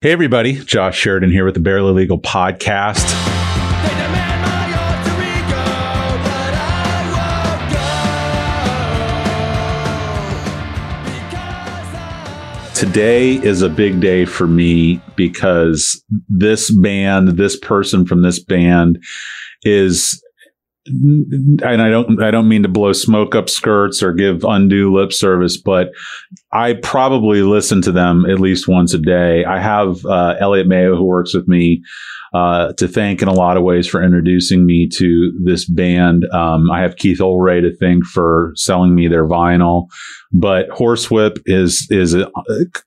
Hey, everybody. Josh Sheridan here with the Barely Legal Podcast. They demand my alter ego, but I won't go because I. Today is a big day for me because this band, this person from this band is and I don't I don't mean to blow smoke up skirts or give undue lip service, but I probably listen to them at least once a day. I have uh, Elliot Mayo who works with me uh, to thank in a lot of ways for introducing me to this band. Um, I have Keith Olray to thank for selling me their vinyl, but Horsewhip is is uh,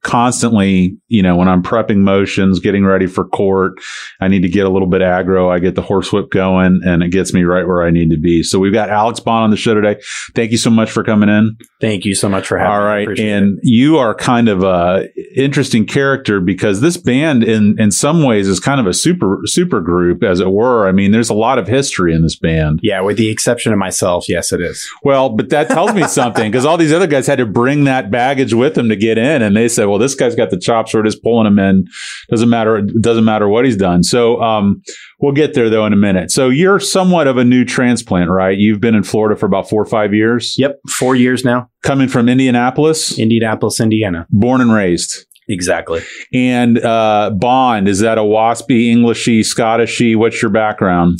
constantly you know when I'm prepping motions, getting ready for court, I need to get a little bit aggro. I get the horsewhip going and it gets me right where I need to be. So we've got Alex Bond on the show today. Thank you so much for coming in. Thank you so much for having All me. right. Appreciate And you are kind of a interesting character because this band in, in some ways is kind of a super, super group as it were. I mean, there's a lot of history in this band. it. yeah, with the exception of myself, yes, it is. Well, but that tells me something because all these other guys had to bring that baggage with them to get in, and they said, "Well, this guy's got the chops. We're just pulling him in. Doesn't matter. It doesn't matter what he's done." So, um, we'll get there though in a minute. So, you're somewhat of a new transplant, right? You've been in Florida for about four or five years. Yep, four years now, Coming from Indianapolis, Indianapolis, Indiana. born and raised. Exactly. And uh, Bond is that a waspy, Englishy, Scottishy? What's your background?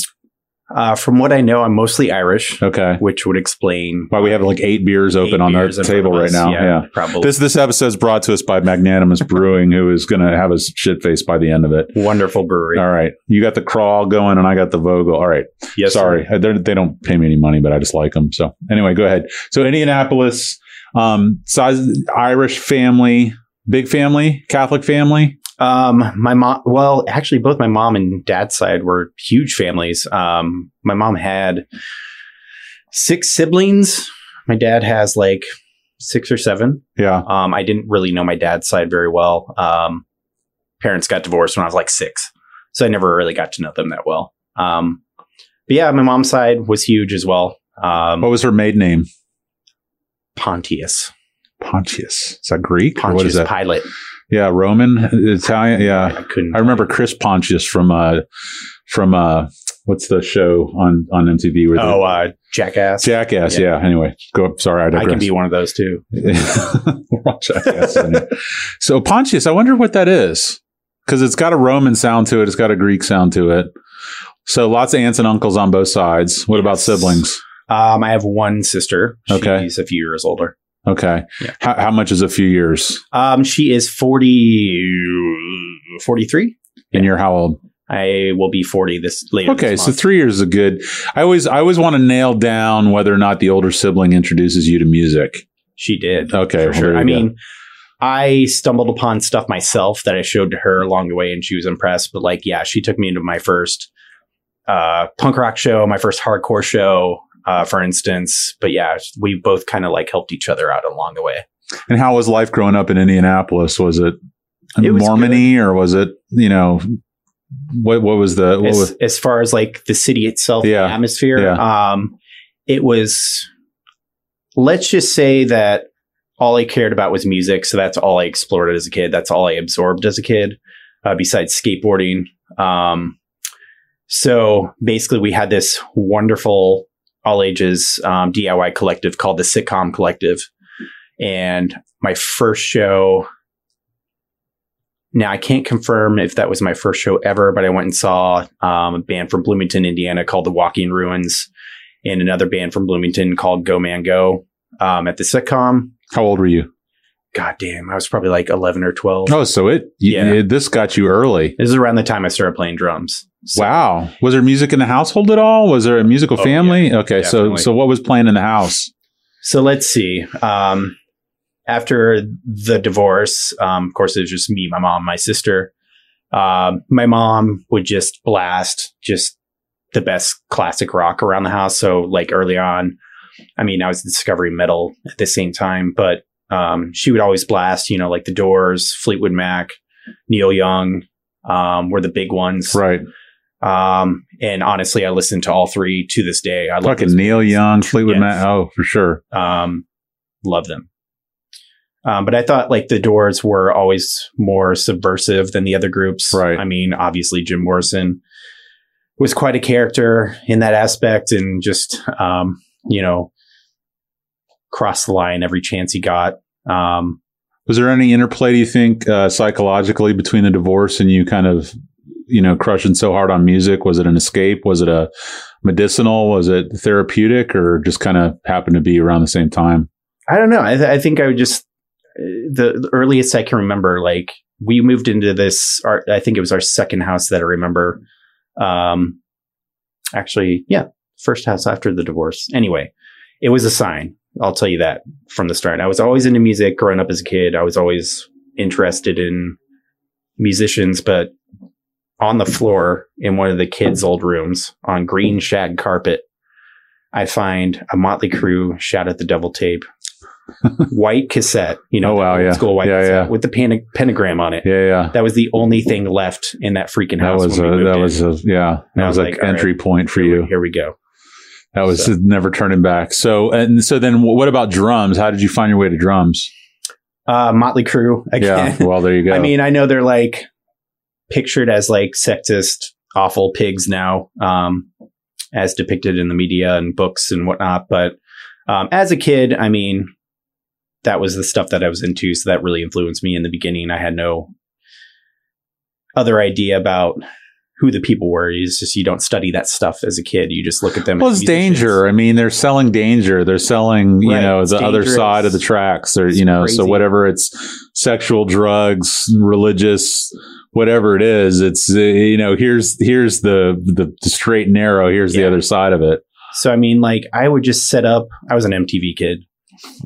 Uh, from what I know, I'm mostly Irish, Okay, which would explain why we have like eight beers open eight on our years in front table of right us. now? yeah. probably This this episode's brought to us by Magnanimous Brewing, who is going to have us shit faced by the end of it. wonderful brewery. All right, you got the crawl going, and I got the Vogel. All right, yes, sorry, They're- they don't pay me any money, but I just like them. So anyway, go ahead. So Indianapolis, um, size Irish family, big family, Catholic family. Um, my mom, well, actually, both my mom and dad's side were huge families. Um, my mom had six siblings. My dad has like six or seven. Yeah, Um, I didn't really know my dad's side very well. Um, parents got divorced when I was like six, so I never really got to know them that well. Um, but yeah, my mom's side was huge as well. Um, what was her maiden name? Pontius, Pontius. Is that Greek? or what is Pontius that? Pilate. yeah, Roman, Italian. Yeah, I couldn't. I remember Chris Pontius from uh from uh what's the show on on MTV where the- Oh, uh, jackass! Jackass, yeah. Anyway, go up. Sorry, I I digress. can be one of those too. We're all jackasses in here. So Pontius, I wonder what that is because it's got a Roman sound to it. It's got a Greek sound to it. So lots of aunts and uncles on both sides. What about Yes. siblings? Um, I have one sister. Okay. she's a few years older. Okay. Yeah. How, how much is a few years? Um, she is 40, 43. And you're how old? I will be forty this later. Okay, this so month. three years is a good. I always, I always want to nail down whether or not the older sibling introduces you to music. she did. Okay, for well, sure. there I you go. mean, I stumbled upon stuff myself that I showed to her along the way, and she was impressed. But like, yeah, she took me into my first uh, punk rock show, my first hardcore show, uh, for instance. But yeah, we both kind of like helped each other out along the way. And how was life growing up in Indianapolis? Was it, It was Mormony or was it, you know, what what was the what As, was, as far as like the city itself, Yeah. the atmosphere, um, it was. Let's just say that all I cared about was music, so that's all I explored as a kid. That's all I absorbed as a kid, uh, besides skateboarding. Um, so basically, we had this wonderful all ages um, DIY collective called the Sitcom Collective, and my first show. Now I can't confirm if that was my first show ever, but I went and saw um, a band from Bloomington, Indiana, called the Walking Ruins, and another band from Bloomington called Go Man Go um, at the Sitcom. how old were you? God damn, I was probably like eleven or twelve. Oh, so it yeah. Yeah. this got you early. This is around the time I started playing drums. So- Wow. Was there music in the household at all? Was there a musical Oh, family? okay, so definitely. so what was playing in the house? So let's see. Um, after the divorce, um, of course, it was just me, my mom, my sister. Um, my mom would just blast just the best classic rock around the house. So, like early on, I mean, I was discovering metal at the same time, but um, she would always blast, you know, like the Doors, Fleetwood Mac, Neil Young um, were the big ones. Right. Um, and honestly, I listened to all three to this day. I love Fucking those Neil bands Young, Fleetwood Yes. Mac. Oh, for sure. um, love them. Um, but I thought like the Doors were always more subversive than the other groups. Right. I mean, obviously Jim Morrison was quite a character in that aspect, and just um, you know crossed the line every chance he got. Um, Was there any interplay, do you think, uh, psychologically between the divorce and you kind of, you know, crushing so hard on music? Was it an escape? Was it a medicinal? Was it therapeutic or just kind of happened to be around the same time? I don't know. I, th- I think I would just uh, the, the earliest I can remember. Like we moved into this. Our, I think it was our second house that I remember. Um, actually, yeah, first house after the divorce. Anyway, it was a sign. I'll tell you that from the start. I was always into music growing up as a kid. I was always interested in musicians, but on the floor in one of the kids' old rooms on green shag carpet, I find a Motley Crue "Shout at the Devil" tape, white cassette. You know, Oh, wow, old yeah. school white Yeah, cassette yeah. with the pan- pentagram on it. Yeah. Yeah. That was the only thing left in that freaking That house. was a, when we moved that in. was a, yeah, And I that was was like like, all right, entry point for Here we- you. Here we go. That was So- never turning back. So, and so then wh- what about drums? How did you find your way to drums? Uh, Motley Crue again. Yeah. Well, there you go. I mean, I know they're like pictured as like sexist, awful pigs now, um, as depicted in the media and books and whatnot. But um, as a kid, I mean, that was the stuff that I was into. So that really influenced me in the beginning. I had no other idea about who the people were. It's just you don't study that stuff as a kid. You just look at them. well, as it's musicians. danger. I mean, they're selling danger. They're selling, you Right. know, It's the other dangerous. side of the tracks. Or It's you know, so crazy. whatever it's sexual, drugs, religious, whatever it is, it's uh, you know, here's here's the the, the straight and narrow. Here's the Yeah. other side of it. So I mean, like I would just set up. I was an MTV kid,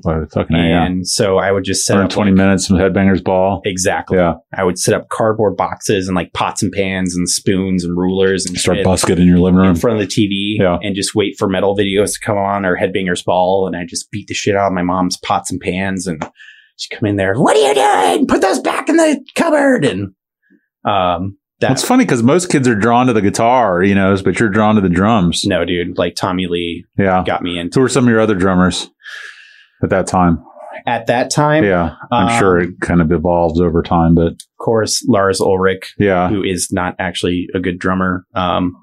Well, fucking yeah. and so I would just set Burn up twenty like- minutes from Headbangers Ball. Exactly. Yeah, I would set up cardboard boxes and like pots and pans and spoons and rulers and start shit busking in your living in room. front of the TV Yeah. and just wait for metal videos to come on or Headbangers Ball. And I just beat the shit out of my mom's pots and pans and she'd come in there, What are you doing? Put those back in the cupboard. And um, It's that's funny because most kids are drawn to the guitar, you know, but you're drawn to the drums. no, dude. Like Tommy Lee Yeah. got me into Who were some of your other drummers at that time? at that time. Yeah, I'm um, sure it kind of evolves over time, but Of course, Lars Ulrich, yeah. who is not actually a good drummer. Um,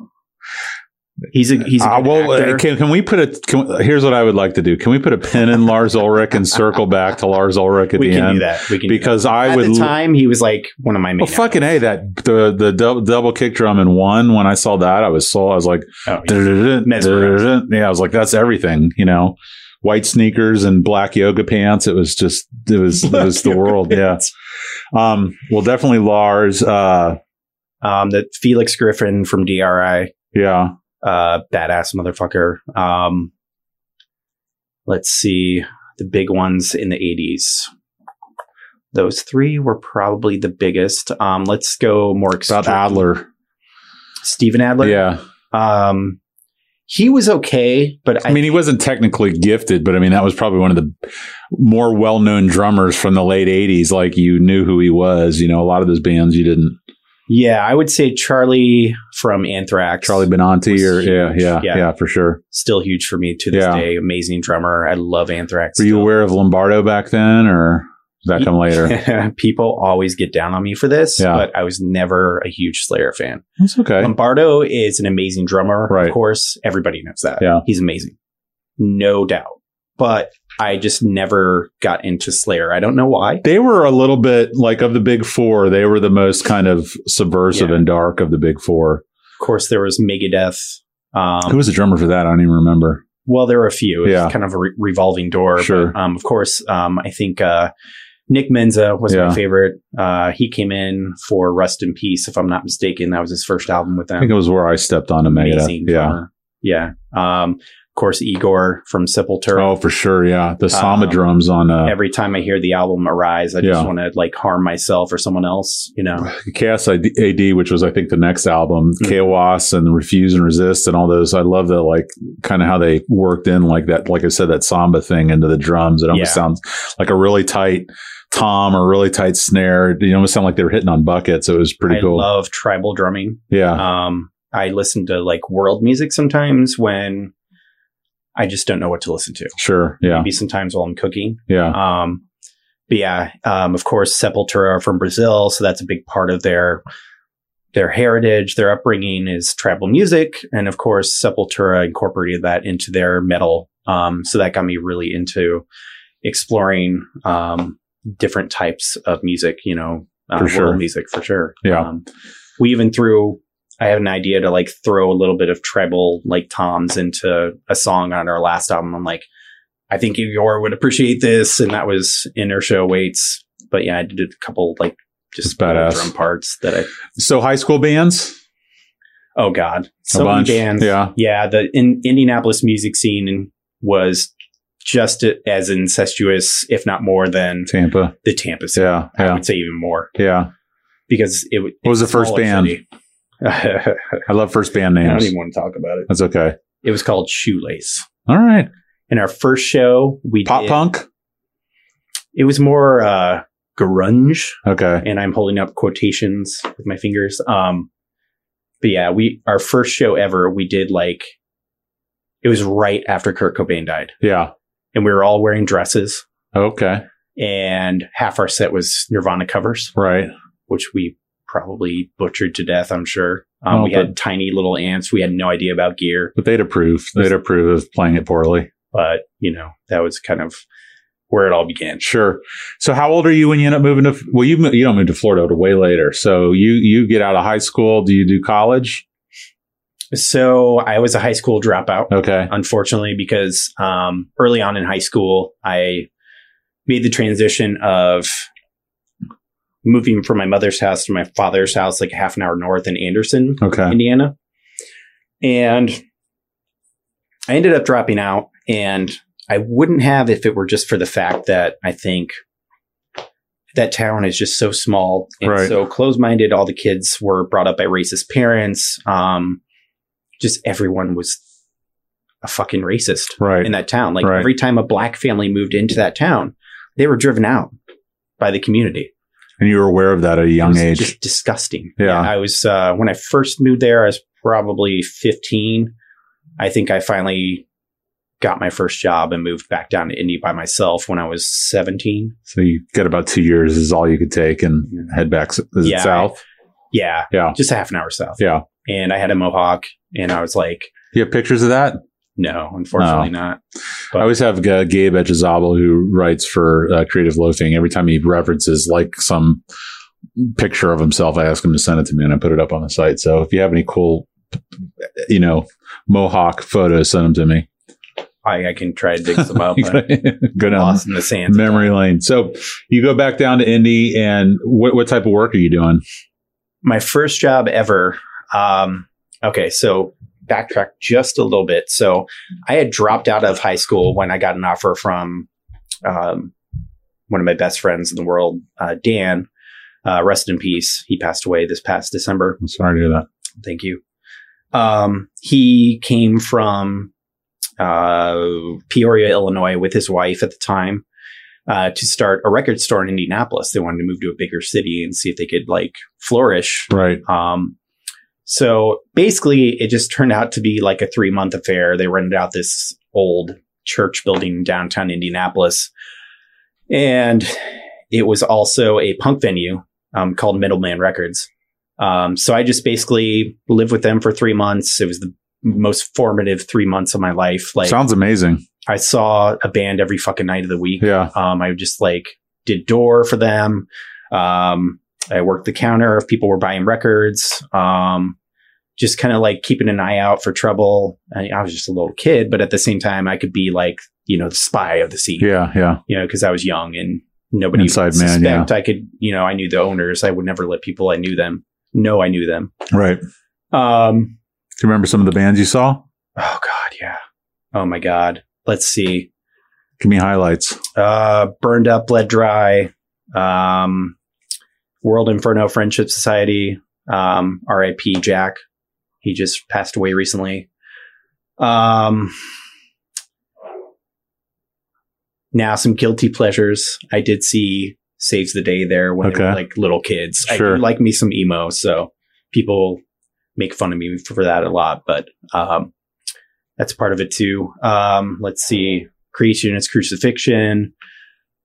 he's a he's a Uh, good well, uh, actor. can, can we put a? Can, here's what I would like to do. Can we put a pin in Lars Ulrich and circle back to Lars Ulrich at we the can end? do that. We can do that. Because I at would. Oh, the time he was like one of my main. well, fucking hey, that the the double, double kick drum in one. When I saw that, I was sold. I was like, Oh, yeah. "Duh-duh-duh-duh, Mesmerized. duh-duh-duh." yeah, I was like, that's everything, you know. White sneakers and black yoga pants. It was just, it was, it was the world. Yeah. Um. Well, definitely Lars. Uh. Um, that Felix Griffin from DRI, Yeah. uh, badass motherfucker. Um, let's see the big ones in the eighties. Those three were probably the biggest. Um, let's go more It's about extreme. Adler. Steven Adler. yeah. Um, he was okay, but I, I mean, he wasn't technically gifted, but I mean, that was probably one of the more well known drummers from the late 80s. Like, you knew who he was. You know, a lot of those bands you didn't. yeah, I would say Charlie from Anthrax. Charlie Benanti Was or, yeah, huge. yeah, yeah, Yeah. for sure. still huge for me to this Yeah. day. Amazing drummer. I love Anthrax. Were you still. aware of Lombardo back then or did that come later? People always get down on me for this, Yeah. but I was never a huge Slayer fan. That's okay. Lombardo is an amazing drummer, Right. of course. Everybody knows that. Yeah. He's amazing. No doubt. But I just never got into Slayer. I don't know why. They were a little bit like of the big four, they were the most kind of subversive Yeah. and dark of the big four. Of course, there was Megadeth. who Um, was the drummer for that? I don't even remember. well, there were a few. It Yeah. was kind of a re- revolving door. Sure. But, um, of course, um, I think uh, Nick Menza was Yeah. my favorite. Uh, he came in for Rust in Peace, if I'm not mistaken. That was his first album with them. I think it was where I stepped on to Megadeth. amazing Yeah. drummer. Yeah. Um, of course, Igor from Sepultura. Oh, for sure. Yeah. The Samba Um, drums on uh, Every time I hear the album Arise, I Yeah. just want to like harm myself or someone else, you know? Chaos AD, which was I think the next album, Mhm. Chaos and Refuse and Resist and all those. I love the like kind of how they worked in like that, like I said, that samba thing into the drums. It almost Yeah. sounds like a really tight tom or really tight snare. It almost sounded like they were hitting on buckets. It was pretty I cool. love tribal drumming. yeah. Um, I listen to like world music sometimes when I just don't know what to listen to. sure. Yeah. Maybe sometimes while I'm cooking. Yeah. Um, But yeah, um, of course, Sepultura are from Brazil, so that's a big part of their their heritage. Their upbringing is tribal music, and of course, Sepultura incorporated that into their metal. Um, so that got me really into exploring um, different types of music. You know, uh, For world sure. music for sure. Yeah. Um, we even threw. I had an idea to like throw a little bit of tribal like toms into a song on our last album. I'm like, I think Yor would appreciate this, and that was Inertia Awaits. But yeah, I did a couple like just That's badass. drum parts that I So high school bands, oh god, so a bunch. many bands. Yeah. yeah. The in, Indianapolis music scene was just as incestuous, if not more, than Tampa. the Tampa scene. Yeah. I Yeah. would say even more Yeah. because it w- What was it's the first smaller band? city. I I love first band don't names. even want to talk about it. That's okay. It was called Shoelace. All right. In our first show, we Pop did- punk. It was more uh, grunge. Okay. and I'm holding up quotations with my fingers. Um, but yeah, we our first show ever, we did like it was right after Kurt Cobain died, Yeah. and we were all wearing dresses, Okay. and half our set was Nirvana covers, Right. which we probably butchered to death. I'm sure. Um, Oh, we had tiny little amps. We had no idea about gear, But they'd approve. They'd approve of playing it poorly. but you know that was kind of where it all began. Sure. So how old are you when you end up moving to? Well, you mo- you don't move to Florida till way later. So you you get out of high school. Do you do college? So I was a high school dropout. Okay. unfortunately, because um, early on in high school, I made the transition of moving from my mother's house to my father's house, like a half an hour north in Anderson, Okay. Indiana. And I ended up dropping out, and I wouldn't have if it were just for the fact that I think that town is just so small and Right. so close minded. All the kids were brought up by racist parents. Um, just everyone was a fucking racist Right. in that town. Like Right. every time a black family moved into that town, they were driven out by the community. And you were aware of that at a It young was age. Just disgusting. Yeah. I was uh, when I first moved there. I was probably fifteen. I think I finally got my first job and moved back down to Indy by myself when I was seventeen. so you get about two years is all you could take and head back. s- Is Yeah. it south? Yeah, Yeah. just a half an hour south. Yeah. and I had a mohawk, and I was like, You have pictures of that? no, unfortunately not. I always have uh, Gabe Echezabal, who writes for uh, Creative Loafing. Every time he references like some picture of himself, I ask him to send it to me, and I put it up on the site. So if you have any cool, you know, Mohawk photos, send them to me. I, I can try to dig some up. but Go down Lost in the sand. memory lane. So you go back down to Indy, and what what type of work are you doing? my first job ever. Um, okay, so backtrack just a little bit. So I had dropped out of high school when I got an offer from um, one of my best friends in the world, uh, Dan. Uh, rest in peace. He passed away this past December. I'm sorry to hear that. Thank you. Um, he came from uh, Peoria, Illinois, with his wife at the time uh, to start a record store in Indianapolis. They wanted to move to a bigger city and see if they could like flourish Right. um, so basically, it just turned out to be like a three month affair. They rented out this old church building in downtown Indianapolis, and it was also a punk venue um, called Middleman Records. Um, so I just basically lived with them for three months. It was the most formative three months of my life. Like Sounds amazing. I saw a band every fucking night of the week. Yeah. Um, I just like did door for them. Um, I worked the counter if people were buying records. Um, just kind of like keeping an eye out for trouble. I, I was just a little kid, but at the same time, I could be like, you know, the spy of the scene, Yeah. Yeah. you know, because I was young and nobody Inside would man, suspect I could, you know, I knew the owners. I would never let people I knew them know I knew them. Right. Do Um, you remember some of the bands you saw? oh God, yeah. Oh my God. Let's see. Give me highlights. uh, burned up, bled dry, um, World Inferno Friendship Society, um, R.I.P. Jack. He just passed away recently. Um, now some guilty pleasures. I did see Saves the Day there when they were Okay. like little kids. I Sure. do like me some emo, so people make fun of me for that a lot, but um, that's part of it too. Um, let's see, Creation is Crucifixion.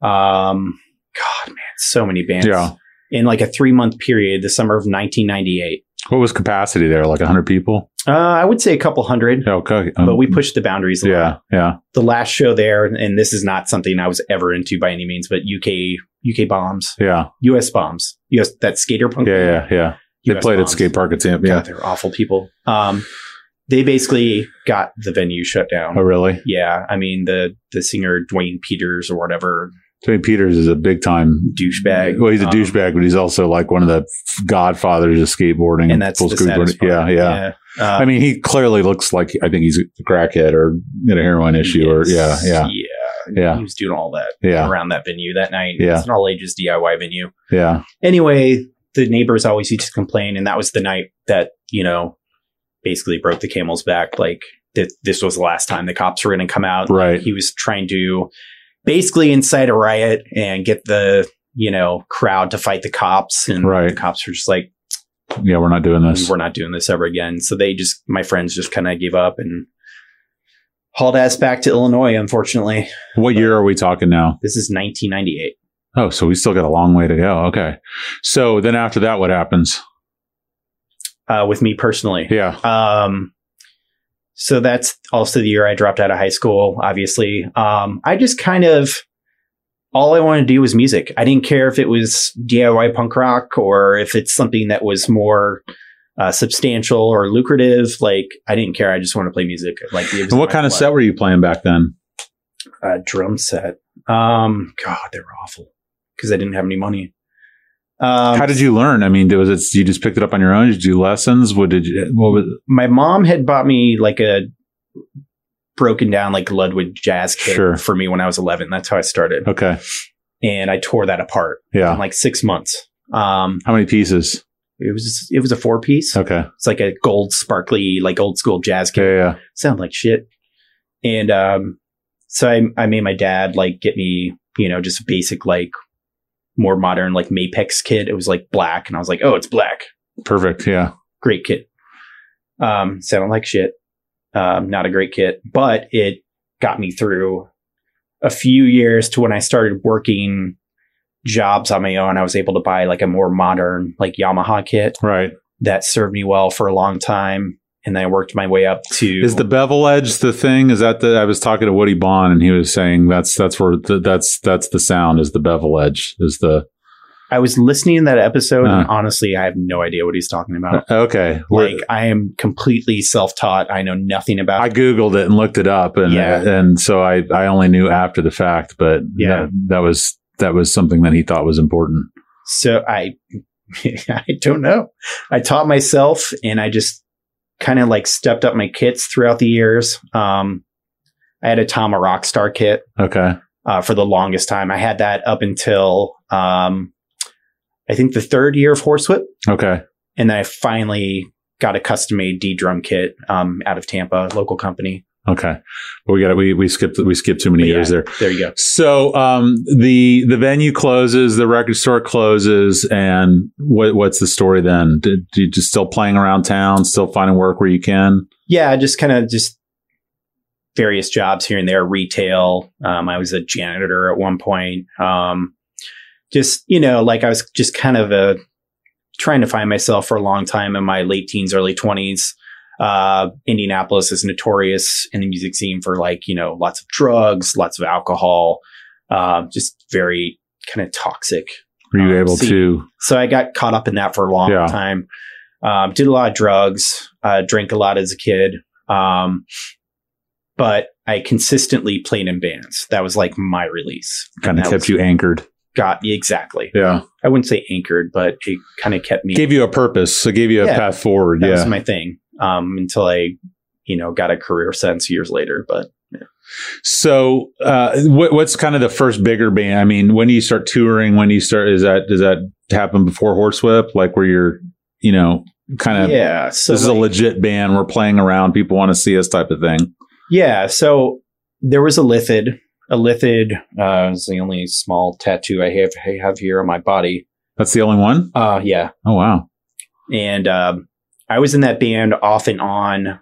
Um, God, man, so many bands. Yeah. In like a three month period, the summer of 1998. What was capacity there? Like 100 people? Uh, I would say a couple hundred, Yeah, Okay. Um, but we pushed the boundaries a lot. Yeah. Yeah. The last show there, and this is not something I was ever into by any means, but UK UK bombs, Yeah. US bombs, US that skater punk. Yeah. Yeah. Yeah. They US played bombs. at skate park at Tampa. God, Yeah. they're awful people. Um, they basically got the venue shut down. Oh, really? Yeah, I mean the the singer Dwayne Peters or whatever Tony Peters is a big time douchebag. Well, he's a um, douchebag, but he's also like one of the godfathers of skateboarding and that's full the skateboarding. saddest part. Yeah, yeah. Yeah. Uh, I mean, he clearly looks like I think he's a crackhead or in a heroin issue or yeah, Um, yes, yeah, yeah. yeah, He was doing all that yeah, around that venue that night. Yeah. It's an all ages DIY venue. yeah. Anyway, the neighbors always used to complain, and that was the night that you know basically broke the camel's back. Like that, this was the last time the cops were going to come out. Right. He was trying to basically incite a riot and get the you know crowd to fight the cops, and Right. the cops were just like. Yeah, we're not doing this. we're not doing this ever again. So they just, my friends just kind of gave up and hauled ass back to Illinois, unfortunately. What year are we talking now? This is 1998. Oh, so we still got a long way to go. Okay. So then after that, what happens? Uh, with me personally. Yeah. Um, so that's also the year I dropped out of high school, obviously. Um, I just kind of, all I wanted to do was music. I didn't care if it was DIY punk rock or if it's something that was more uh, substantial or lucrative. Like, I didn't care. I just wanted to play music. Like, it was And what my kind of blood. set were you playing back then? uh, drum set. Um, God, they were awful because I didn't have any money. Um, How did you learn? I mean, was it you just picked it up on your own? Did you do lessons? What did you? What was? my mom had bought me like a broken down like Ludwig jazz kit Sure. for me when I was 11. That's how I started, Okay. and I tore that apart in Yeah. like six months. Um, How many pieces? it was it was a four piece. Okay. It's like a gold sparkly like old school jazz kit. Yeah. Yeah. sound like shit. And um, so I, I made my dad like get me, you know, just basic like more modern like Mapex kit. It was like black, and I was like, oh, it's black, Perfect. Yeah. great kit. Um, sounded like shit. Um, not a great kit, but it got me through a few years to when I started working jobs on my own. I was able to buy like a more modern like Yamaha kit Right. that served me well for a long time. And then I worked my way up to Is the bevel edge the thing? Is that the? I was talking to Woody Bond, and he was saying that's that's where the, that's that's the sound is the bevel edge is the I was listening to that episode, Uh-huh. and honestly, I have no idea what he's talking about. okay. Where- Like, I am completely self-taught. I know nothing about. I googled it and looked it up, and Yeah. and so I I only knew after the fact, but Yeah. that, that was that was something that he thought was important. so I, I don't know. I taught myself, and I just kind of like stepped up my kits throughout the years. Um, I had a Tom a Rockstar kit Okay, uh, for the longest time. I had that up until um, I think the third year of Horsewhip. okay, and then I finally got a custom made D drum kit um, out of Tampa, local company. okay. But we got we we skipped we skipped too many But yeah. years there. There you go. So um, the the venue closes, the record store closes, and what what's the story then? Did, you just still playing around town, still finding work where you can? Yeah, just kind of just various jobs here and there, retail. Um, I was a janitor at one point. Um, just, you know, like I was just kind of a, trying to find myself for a long time in my late teens, early 20s. Uh, Indianapolis is notorious in the music scene for like, you know, lots of drugs, lots of alcohol, uh, just very kind of toxic Were you Um, able see- to? So I got caught up in that for a long Yeah. time. Um, did a lot of drugs, uh, drank a lot as a kid. Um, but I consistently played in bands. That was like my release. Kind of that kept was- you anchored. Got exactly. Yeah, I wouldn't say anchored, but it kind of kept me. gave you a purpose. So gave you a Yeah. path forward. that yeah, was my thing um, until I, you know, got a career sense years later. But So, uh, what, what's kind of the first bigger band? I mean, when do you start touring? When do you start? Is that does that happen before Horsewhip? Like where you're, you know, kind of yeah, so this is a like- legit band. We're playing around. People want to see us, type of thing. Yeah, so there was a lithid. A lithid uh, is the only small tattoo I have, I have here on my body. That's the only one. Uh, yeah, Oh wow. and um, I was in that band off and on,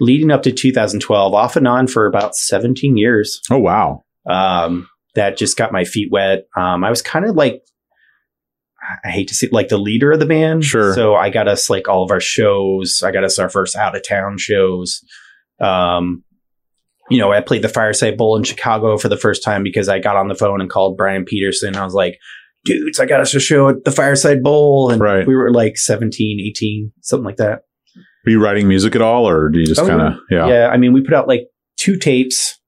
leading up to 2012, off and on for about 17 years. Oh wow. Um, that just got my feet wet. Um, I was kind of like, I- I hate to say, like the leader of the band. Sure. So I got us like all of our shows. I got us our first out of town shows. Um, you know, I played the Fireside Bowl in Chicago for the first time because I got on the phone and called Brian Peterson. I was like, dudes, I got us a show at the Fireside Bowl. And Right. we were like 17, 18, something like that. Were you writing music at all, or do you just Oh, kind of yeah. yeah. I mean, we put out like two tapes,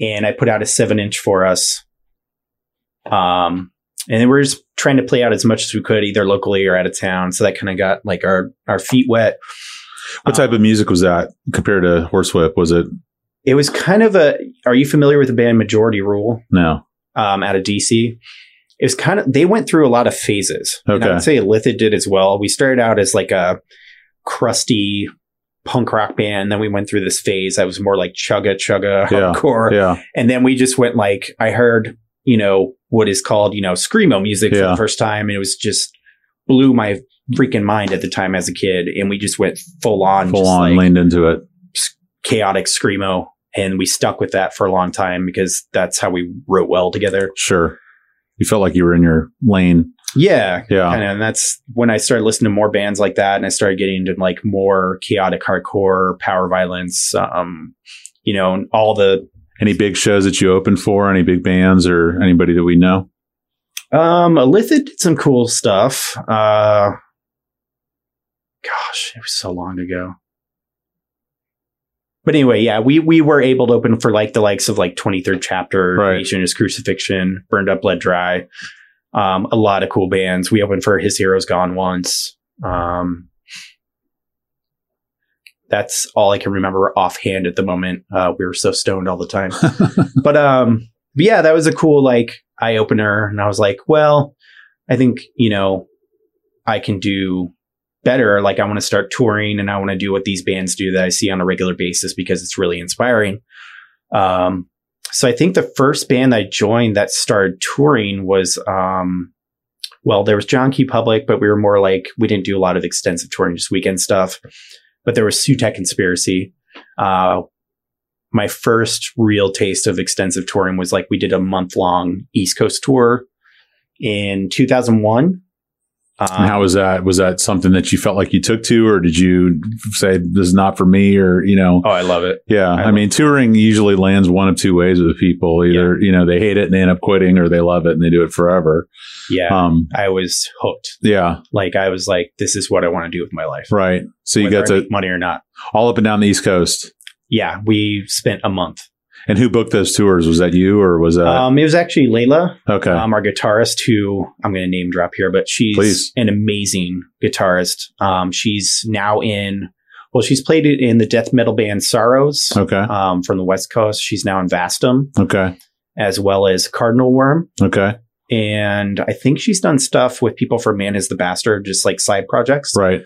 and I put out a seven inch for us. Um, and then we we're just trying to play out as much as we could, either locally or out of town. So that kind of got like our our feet wet. What type of music was that compared to Horsewhip? Was it It was kind of a. Are you familiar with the band Majority Rule no? um, out of DC? It was kind of they went through a lot of phases. And Okay. I would say Lithid did as well. We started out as like a crusty punk rock band. Then we went through this phase that was more like chugga chugga Yeah. hardcore. Yeah, And then we just went like, I heard, you know, what is called, you know, Screamo music for Yeah. the first time. And it was just blew my freaking mind at the time as a kid. And we just went full on, full just on like leaned into it. chaotic Screamo. And we stuck with that for a long time because that's how we wrote well together. Sure, you felt like you were in your lane. Yeah. Yeah, Kinda. and that's when I started listening to more bands like that, and I started getting into like more chaotic hardcore, power violence, um, you know, and all the any big shows that you opened for? Any big bands or anybody that we know? Um, Alithid did some cool stuff. Uh, gosh, it was so long ago. But anyway, yeah, we we were able to open for like the likes of like Twenty Third Chapter, Right. Creation is Crucifixion, Burned Up, Bled Dry. Um, a lot of cool bands. We opened for His Heroes Gone once. Um, that's all I can remember offhand at the moment. Uh, we were so stoned all the time but um but yeah that was a cool like eye opener and i was like well i think you know i can do better like i want to start touring and i want to do what these bands do that i see on a regular basis because it's really inspiring um so i think the first band i joined that started touring was um well there was john key public but we were more like we didn't do a lot of extensive touring just weekend stuff but there was Sutek conspiracy uh my first real taste of extensive touring was like we did a month long East Coast tour in 2001. Um, And how was that? Was that something that you felt like you took to, or did you say this is not for me? Or you know, oh, I love it. yeah, I I, mean, touring usually lands one of two ways with people: either you know they hate it and they end up quitting, or they love it and they do it forever. Yeah. Um, I was hooked. yeah, Like I was like, this is what I want to do with my life. right. So you whether got I to make money or not. all up and down the East Coast. Yeah. We spent a month. And who booked those tours? Was that you, or was that um, it was actually Layla, okay? um, our guitarist who I'm going to name drop here, but she's Please. an amazing guitarist. Um, she's now in, well, she's played it in the death metal band Sorrows. okay, um, from the West Coast. She's now in Vastum, okay, as well as Cardinal Worm. okay, And I think she's done stuff with people for Man is the Bastard, just like side projects. right.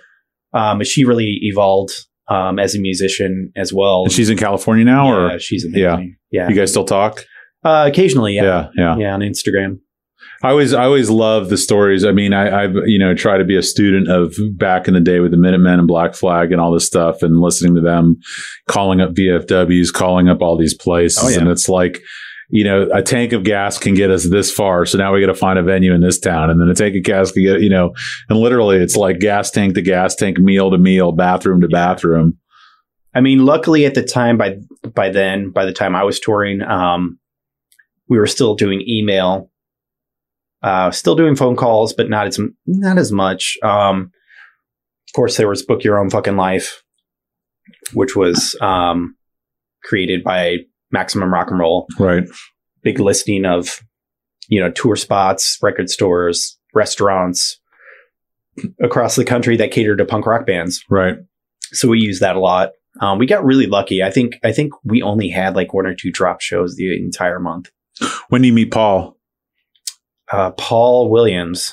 Um, but she really evolved um, as a musician as well. And she's in California now, yeah, or she's yeah. amazing. Yeah. you guys still talk? uh, occasionally, yeah. yeah. yeah. yeah. on Instagram. I always, I always love the stories. I mean, I, I've, you know, try to be a student of back in the day with the Minutemen and Black Flag and all this stuff, and listening to them, calling up VFWs, calling up all these places, Oh, yeah. and it's like, you know, a tank of gas can get us this far, so now we got to find a venue in this town, and then a tank of gas can get, you know, and literally, it's like gas tank to gas tank, meal to meal, bathroom to bathroom. I mean, luckily at the time, by by then, by the time I was touring, um, we were still doing email, uh, still doing phone calls, but not as not as much. Um, of course, there was Book Your Own Fucking Life, which was um, created by Maximum Rock and Roll. Right. Big listing of you know tour spots, record stores, restaurants across the country that catered to punk rock bands Right. so we use that a lot. Um, we got really lucky. I think I think we only had like one or two drop shows the entire month. When do you meet Paul? Uh, Paul Williams,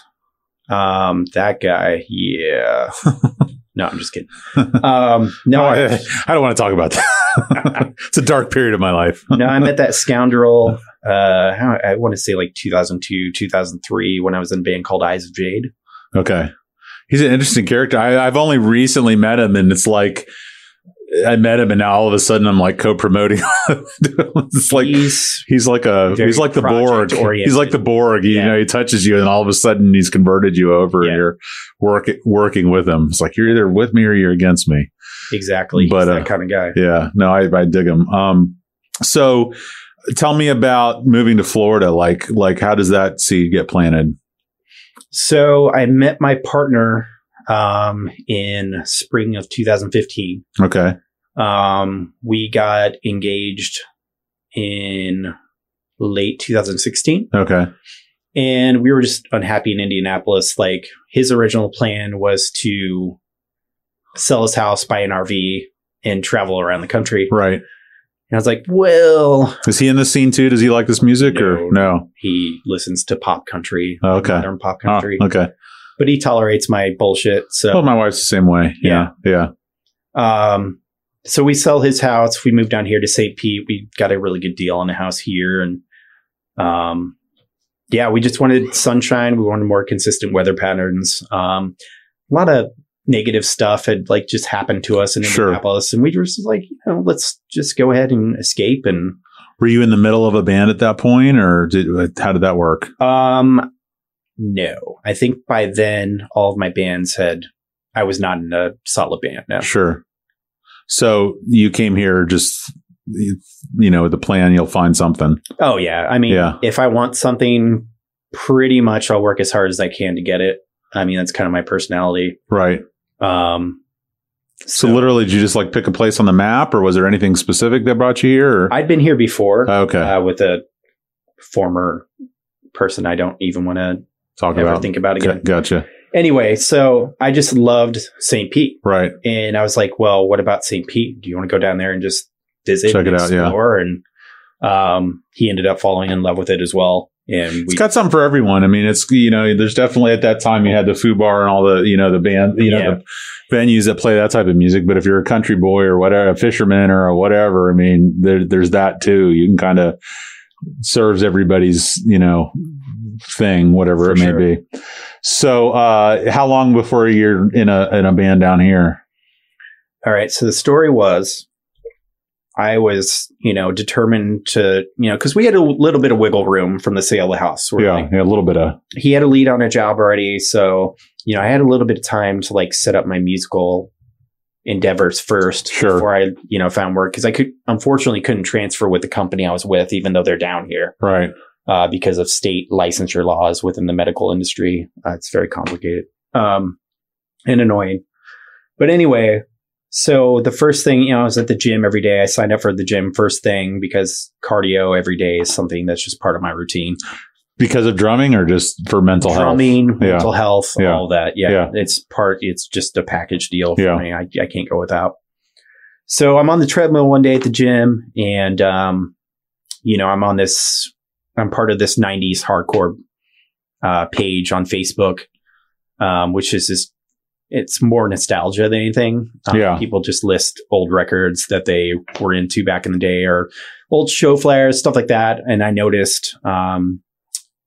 um, that guy, yeah. no, I'm just kidding. Um, no, Oh, I, I, I don't want to talk about that. it's a dark period of my life. no, I met that scoundrel. Uh, how- I want to say like 2002, 2003, when I was in a band called Eyes of Jade. Okay. He's an interesting character. I, I've only recently met him, and it's like I met him, and now all of a sudden I'm like co-promoting. it's like he's he's like a Very he's like the Borg. project-oriented. He's like the Borg. You Yeah. know, he touches you, and all of a sudden he's converted you over. Yeah. And you're work, working with him. It's like you're either with me or you're against me. exactly But, he's uh, that kind of guy. Yeah, no, I, I dig him. Um, so tell me about moving to Florida. Like, like how does that seed get planted? So I met my partner um, in spring of 2015. Okay, Um, we got engaged in late 2016, okay, and we were just unhappy in Indianapolis. Like his original plan was to sell his house, buy an RV, and travel around the country. right. And I was like, well, Is he in the scene too? Does he like this music or no? he listens to pop country, Okay. modern pop Ah, country, okay. but he tolerates my bullshit. So Well, my wife's the same way. Yeah. Yeah. Um, so we sell his house. We moved down here to St. Pete. We got a really good deal on the house here, and um, yeah, we just wanted sunshine. We wanted more consistent weather patterns. Um, a lot of negative stuff had like just happened to us in Sure. Indianapolis, and we were just like, you know, let's just go ahead and escape. And Were you in the middle of a band at that point, or did, how did that work? um, no, I think by then all of my bands had. I was not in a solid band. No. Sure. So you came here just, you know, with the plan you'll find something. Oh yeah, I mean, Yeah. if I want something, pretty much I'll work as hard as I can to get it. I mean, that's kind of my personality. Right. Um, So literally, did you just like pick a place on the map, or was there anything specific that brought you here? Or? I'd been here before okay, uh, with a former person. I don't even want to talk ever about. think about G- again. gotcha. Anyway, so I just loved St. Pete, Right. and I was like, well, what about St. Pete? Do you want to go down there and just visit, Check and it out, yeah. explore? And um, he ended up falling in love with it as well. And we It's got something for everyone. I mean, it's you know, there's definitely at that time you had the foo bar and all the you know the band you know Yeah. the venues that play that type of music. But if you're a country boy or whatever, a fisherman or whatever, I mean, there, there's that too. You can kind of serves everybody's you know thing, whatever For it may sure. be. So, uh, how long before you're in a in a band down here? All right. So the story was I was, you know, determined to, you know, because we had a little bit of wiggle room from the sale of the house. We're Yeah, like- yeah, a little bit of he had a lead on a job already. So, you know, I had a little bit of time to like set up my musical endeavors first Sure. before I, you know, found work because I could, unfortunately, couldn't transfer with the company I was with, even though they're down here right. uh, because of state licensure laws within the medical industry. Uh, it's very complicated um, and annoying. But anyway, so the first thing, you know, I was at the gym every day. I signed up for the gym first thing because cardio every day is something that's just part of my routine. Because of drumming or just for mental health? Drumming, Yeah. mental health, Yeah. all that. Yeah, Yeah. It's part, it's just a package deal for Yeah. me. I, I can't go without. So I'm on the treadmill one day at the gym and, um, you know, I'm on this, I'm part of this 90s hardcore uh, page on Facebook, um, which is this, it's more nostalgia than anything. Um, Yeah. People just list old records that they were into back in the day or old show flyers, stuff like that. And I noticed um,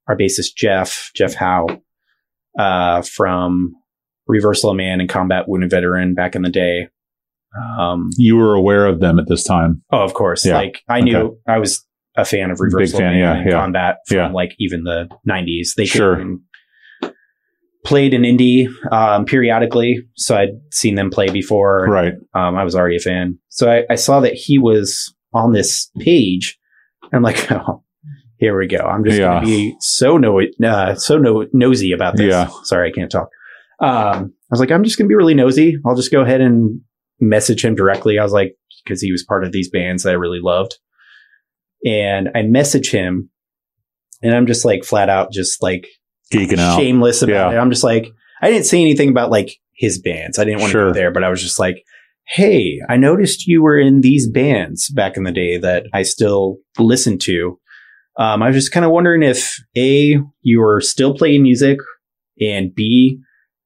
our bassist, Jeff, Jeff Howe, uh, from Reversal of Man and Combat Wounded Veteran back in the day. Um, You were aware of them at this time. Oh, of course. Yeah. Like I knew I was a fan of Reversal fan, Man yeah, and yeah. Combat from Yeah. like even the nineties. They Sure. came and played in indie um, periodically. So I'd seen them play before. Right. Um, I was already a fan. So I, I saw that he was on this page. I'm like, oh, here we go. I'm just Yeah. gonna be so no uh, so no nosy about this. Yeah. Sorry, I can't talk. Um, I was like, I'm just gonna be really nosy. I'll just go ahead and message him directly. I was like, because he was part of these bands that I really loved. And I message him and I'm just like flat out just like Geeking out. shameless about Yeah. it. I'm just like, I didn't say anything about like his bands. I didn't want to Sure. go there, but I was just like, hey, I noticed you were in these bands back in the day that I still listen to. Um, I was just kind of wondering if A, you were still playing music, and B,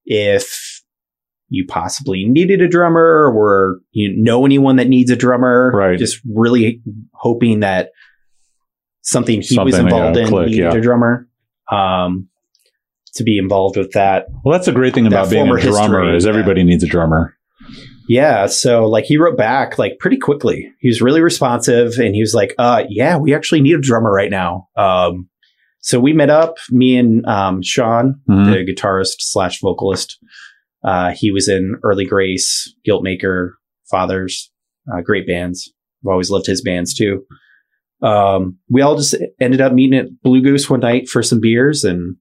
if you possibly needed a drummer or you know anyone that needs a drummer. Right. Just really hoping that something he Something, was yeah, involved in click, needed yeah. a drummer. Um, to be involved with that. Well, that's the great thing That about being a former drummer history, is yeah. everybody needs a drummer. Yeah. So like he wrote back like pretty quickly. He was really responsive and he was like, uh, yeah, we actually need a drummer right now. Um, so we met up, me and um, Sean, Mhm. the guitarist slash vocalist. Uh, he was in Early Grace, Guiltmaker, Fathers, uh, great bands. I've always loved his bands too. Um, we all just ended up meeting at Blue Goose one night for some beers, and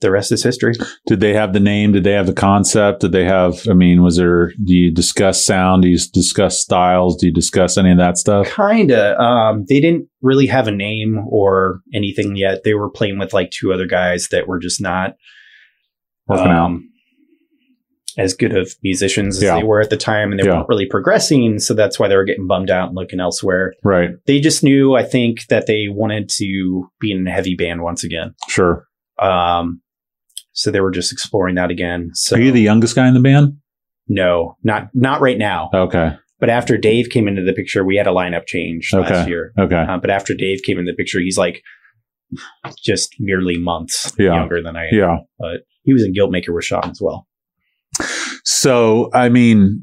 the rest is history. Did they have the name? Did they have the concept? Did they have? I mean, was there? Do you discuss sound? Do you s- discuss styles? Do you discuss any of that stuff? Kinda. Um, they didn't really have a name or anything yet. They were playing with like two other guys that were just not Working out. um, as good of musicians as Yeah. they were at the time, and they Yeah. weren't really progressing. So that's why they were getting bummed out and looking elsewhere. Right. They just knew, I think, that they wanted to be in a heavy band once again. Sure. Um, so they were just exploring that again. So Are you the youngest guy in the band? no, not not right now. Okay. But after Dave came into the picture, we had a lineup change Okay. last year. Okay. Uh, but after Dave came in the picture, he's like just merely months Yeah. younger than I am. Yeah. He was in Guiltmaker with Sean as well. So, I mean,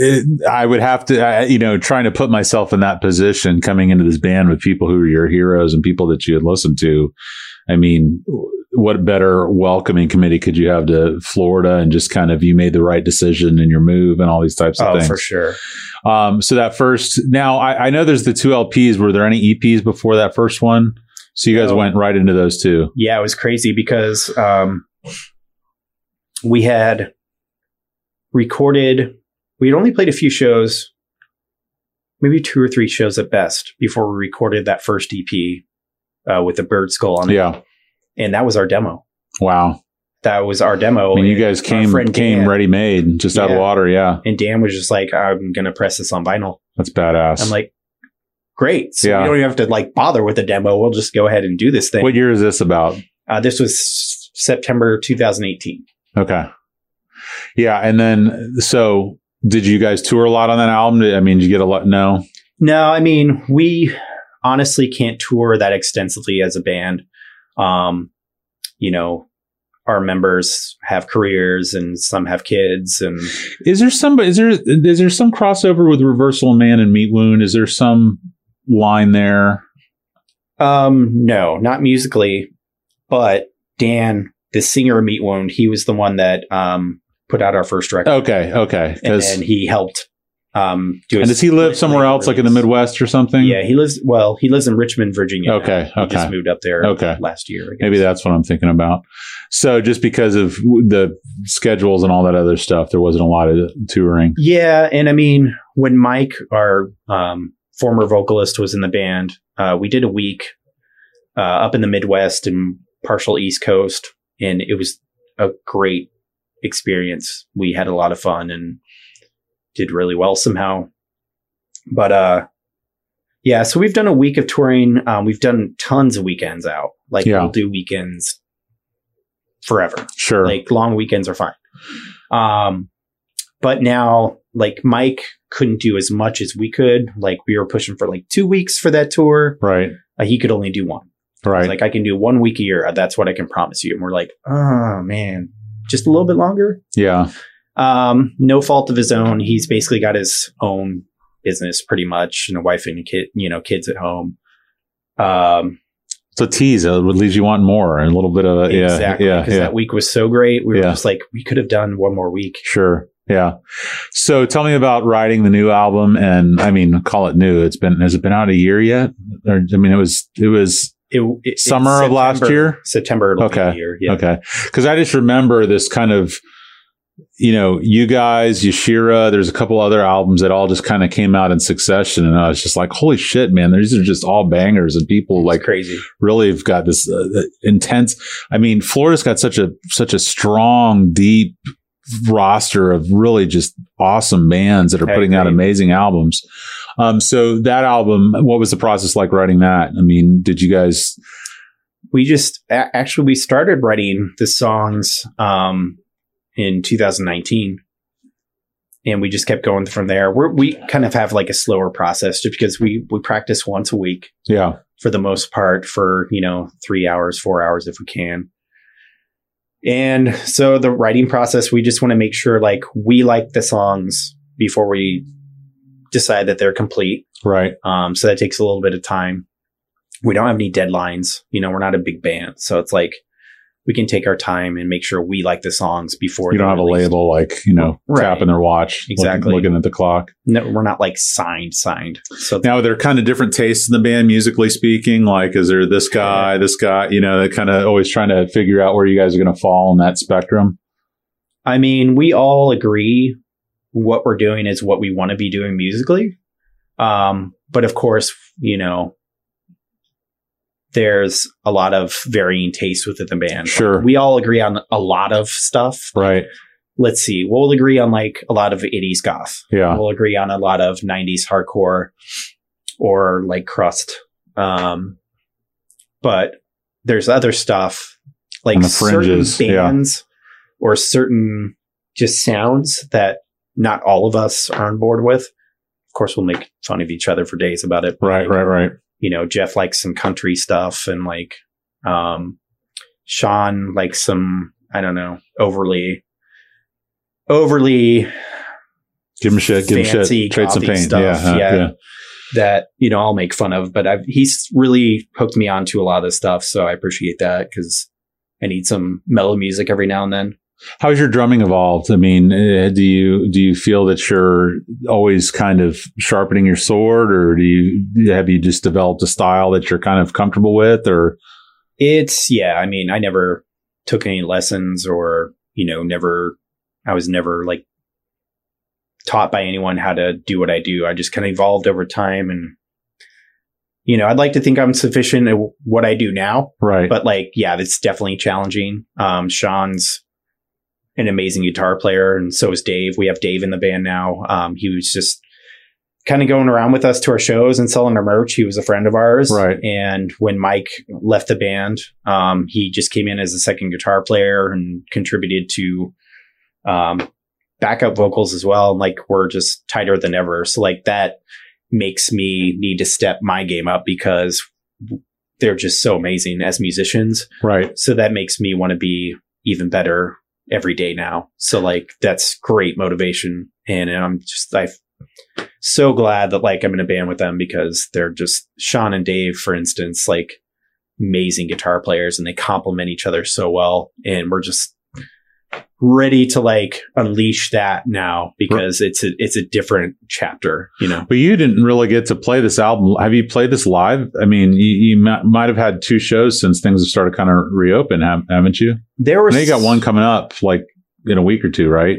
it, I would have to, I, you know, trying to put myself in that position coming into this band with people who are your heroes and people that you had listened to. I mean, w- what better welcoming committee could you have to Florida and just kind of you made the right decision in your move and all these types of oh, things? for sure. Um, so that first, now I, I know there's the two LPs. Were there any EPs before that first one? So you guys No. went right into those two. Yeah, it was crazy because um, we had recorded, we had only played a few shows, maybe two or three shows at best before we recorded that first EP uh, with the bird skull on it. Yeah. And that was our demo. Wow. That was our demo. I mean, you And guys our came, friend came Dan- ready made just out of Yeah. water. Yeah. And Dan was just like, I'm going to press this on vinyl. That's badass. I'm like, great. So Yeah. we don't even have to like bother with a demo. We'll just go ahead and do this thing. What year is this about? Uh, this was s- September 2018. Okay. Yeah. And then, so did you guys tour a lot on that album? Did- I mean, did you get a lot? No. No, I mean, we honestly can't tour that extensively as a band. Um, you know, our members have careers and some have kids and Is there some, is there, is there some crossover with Reversal and Man and Meat Wound? Is there some line there? um no, not musically, but Dan, the singer of Meat Wound, he was the one that um put out our first record. Okay. Okay. and Oh, 'Cause- then he helped um do a and does he live split somewhere label else, like in the release. Midwest or something? Yeah, he lives. Well, he lives in Richmond, Virginia. now. Okay. He just Okay. moved up there. Okay. last year. I guess. Maybe that's what I'm thinking about. So just because of w- the schedules and all that other stuff, there wasn't a lot of touring. Yeah, and I mean, when Mike, our um, former vocalist, was in the band, uh, we did a week uh, up in the Midwest and partial East Coast, and it was a great experience. We had a lot of fun and did really well somehow. But uh, yeah, so we've done a week of touring. Um, we've done tons of weekends out. Like Yeah. we'll do weekends forever Sure. like long weekends are fine um but now like mike couldn't do as much as we could like we were pushing for like two weeks for that tour right. Uh, he could only do one He's Right. like i can do one week a year Uh, that's what i can promise you and we're like oh man just a little bit longer yeah. um no fault of his own he's basically got his own business pretty much and a wife and kid you know kids at home um So tease it would leave you wanting more and a little bit of a, yeah. exactly Yeah. because Yeah. that week was so great we were Yeah. just like we could have done one more week Sure. Yeah. So tell me about writing the new album and I mean, call it new. It's been, has it been out a year yet? Or, I mean, it was, it was it, it- it's Summer of last September. year? September it'll Okay. be a year. Yeah. Okay. Because I just remember this kind of, you know, you guys, Yashira, there's a couple other albums that all just kind of came out in succession. And I was just like, holy shit, man, these are just all bangers. And people like It's crazy. really have got this uh, intense. I mean, Florida's got such a, such a strong, deep roster of really just awesome bands that are I putting out agree. amazing albums. Um, so that album, what was the process like writing that? I mean, did you guys, We just a- actually we started writing the songs um, in 2019, and we just kept going from there. We're, we kind of have like a slower process just because we we practice once a week yeah, for the most part for you know three hours, four hours if we can. And so the writing process, we just want to make sure like we like the songs before we decide that they're complete. Right. Um, so that takes a little bit of time. We don't have any deadlines. You know, we're not a big band, so it's like we can take our time and make sure we like the songs before You don't they're have a released. label like, you know, Right. tapping their watch, look- Exactly. looking at the clock. No, we're not like signed, signed. So Now, are there kind of different tastes in the band, musically speaking? Like, is there this guy, this guy, you know, they're kind of always trying to figure out where you guys are going to fall on that spectrum? I mean, we all agree what we're doing is what we want to be doing musically. Um, but of course, you know, there's a lot of varying tastes within the band. Sure. We all agree on a lot of stuff. Right. Let's see. We'll agree on like a lot of 80s goth. Yeah. We'll agree on a lot of 90s hardcore or like crust. Um, but there's other stuff like On the certain fringes, yeah. bands or certain just sounds that not all of us are on board with. Of course, we'll make fun of each other for days about it. Right. Like, Right. Right. You know, Jeff likes some country stuff and like, um, Sean likes some, I don't know, overly, overly Give him shit. Give him fancy shit. Trade some gothy paint. stuff, Yeah, huh, yeah. yeah. that you know I'll make fun of, but I've, he's really hooked me onto a lot of this stuff, so I appreciate that because I need some mellow music every now and then. How's your drumming evolved? I mean, eh, do you do you feel that you're always kind of sharpening your sword, or do you have you just developed a style that you're kind of comfortable with, or It's yeah, I mean I never took any lessons or you know never I was never like taught by anyone how to do what I do. I just kind of evolved over time and you know I'd like to think I'm sufficient at what I do now, right? but like yeah that's definitely challenging um sean's an amazing guitar player and so is dave we have dave in the band now um he was just kind of going around with us to our shows and selling our merch he was a friend of ours Right. and when mike left the band um he just came in as a second guitar player and contributed to um backup vocals as well and like we're just tighter than ever so like that makes me need to step my game up because they're just so amazing as musicians. right. So that makes me want to be even better every day now. So like that's great motivation and, and I'm just I so glad that like I'm in a band with them because they're just Sean and Dave for instance like amazing guitar players and they complement each other so well and we're just ready to like unleash that now because it's a, it's a different chapter, you know. But you didn't really get to play this album. Have you played this live? I mean, you, you mi- might have had two shows since things have started kind of reopen, ha- haven't you? There were I know you got one coming up like in a week or two, right?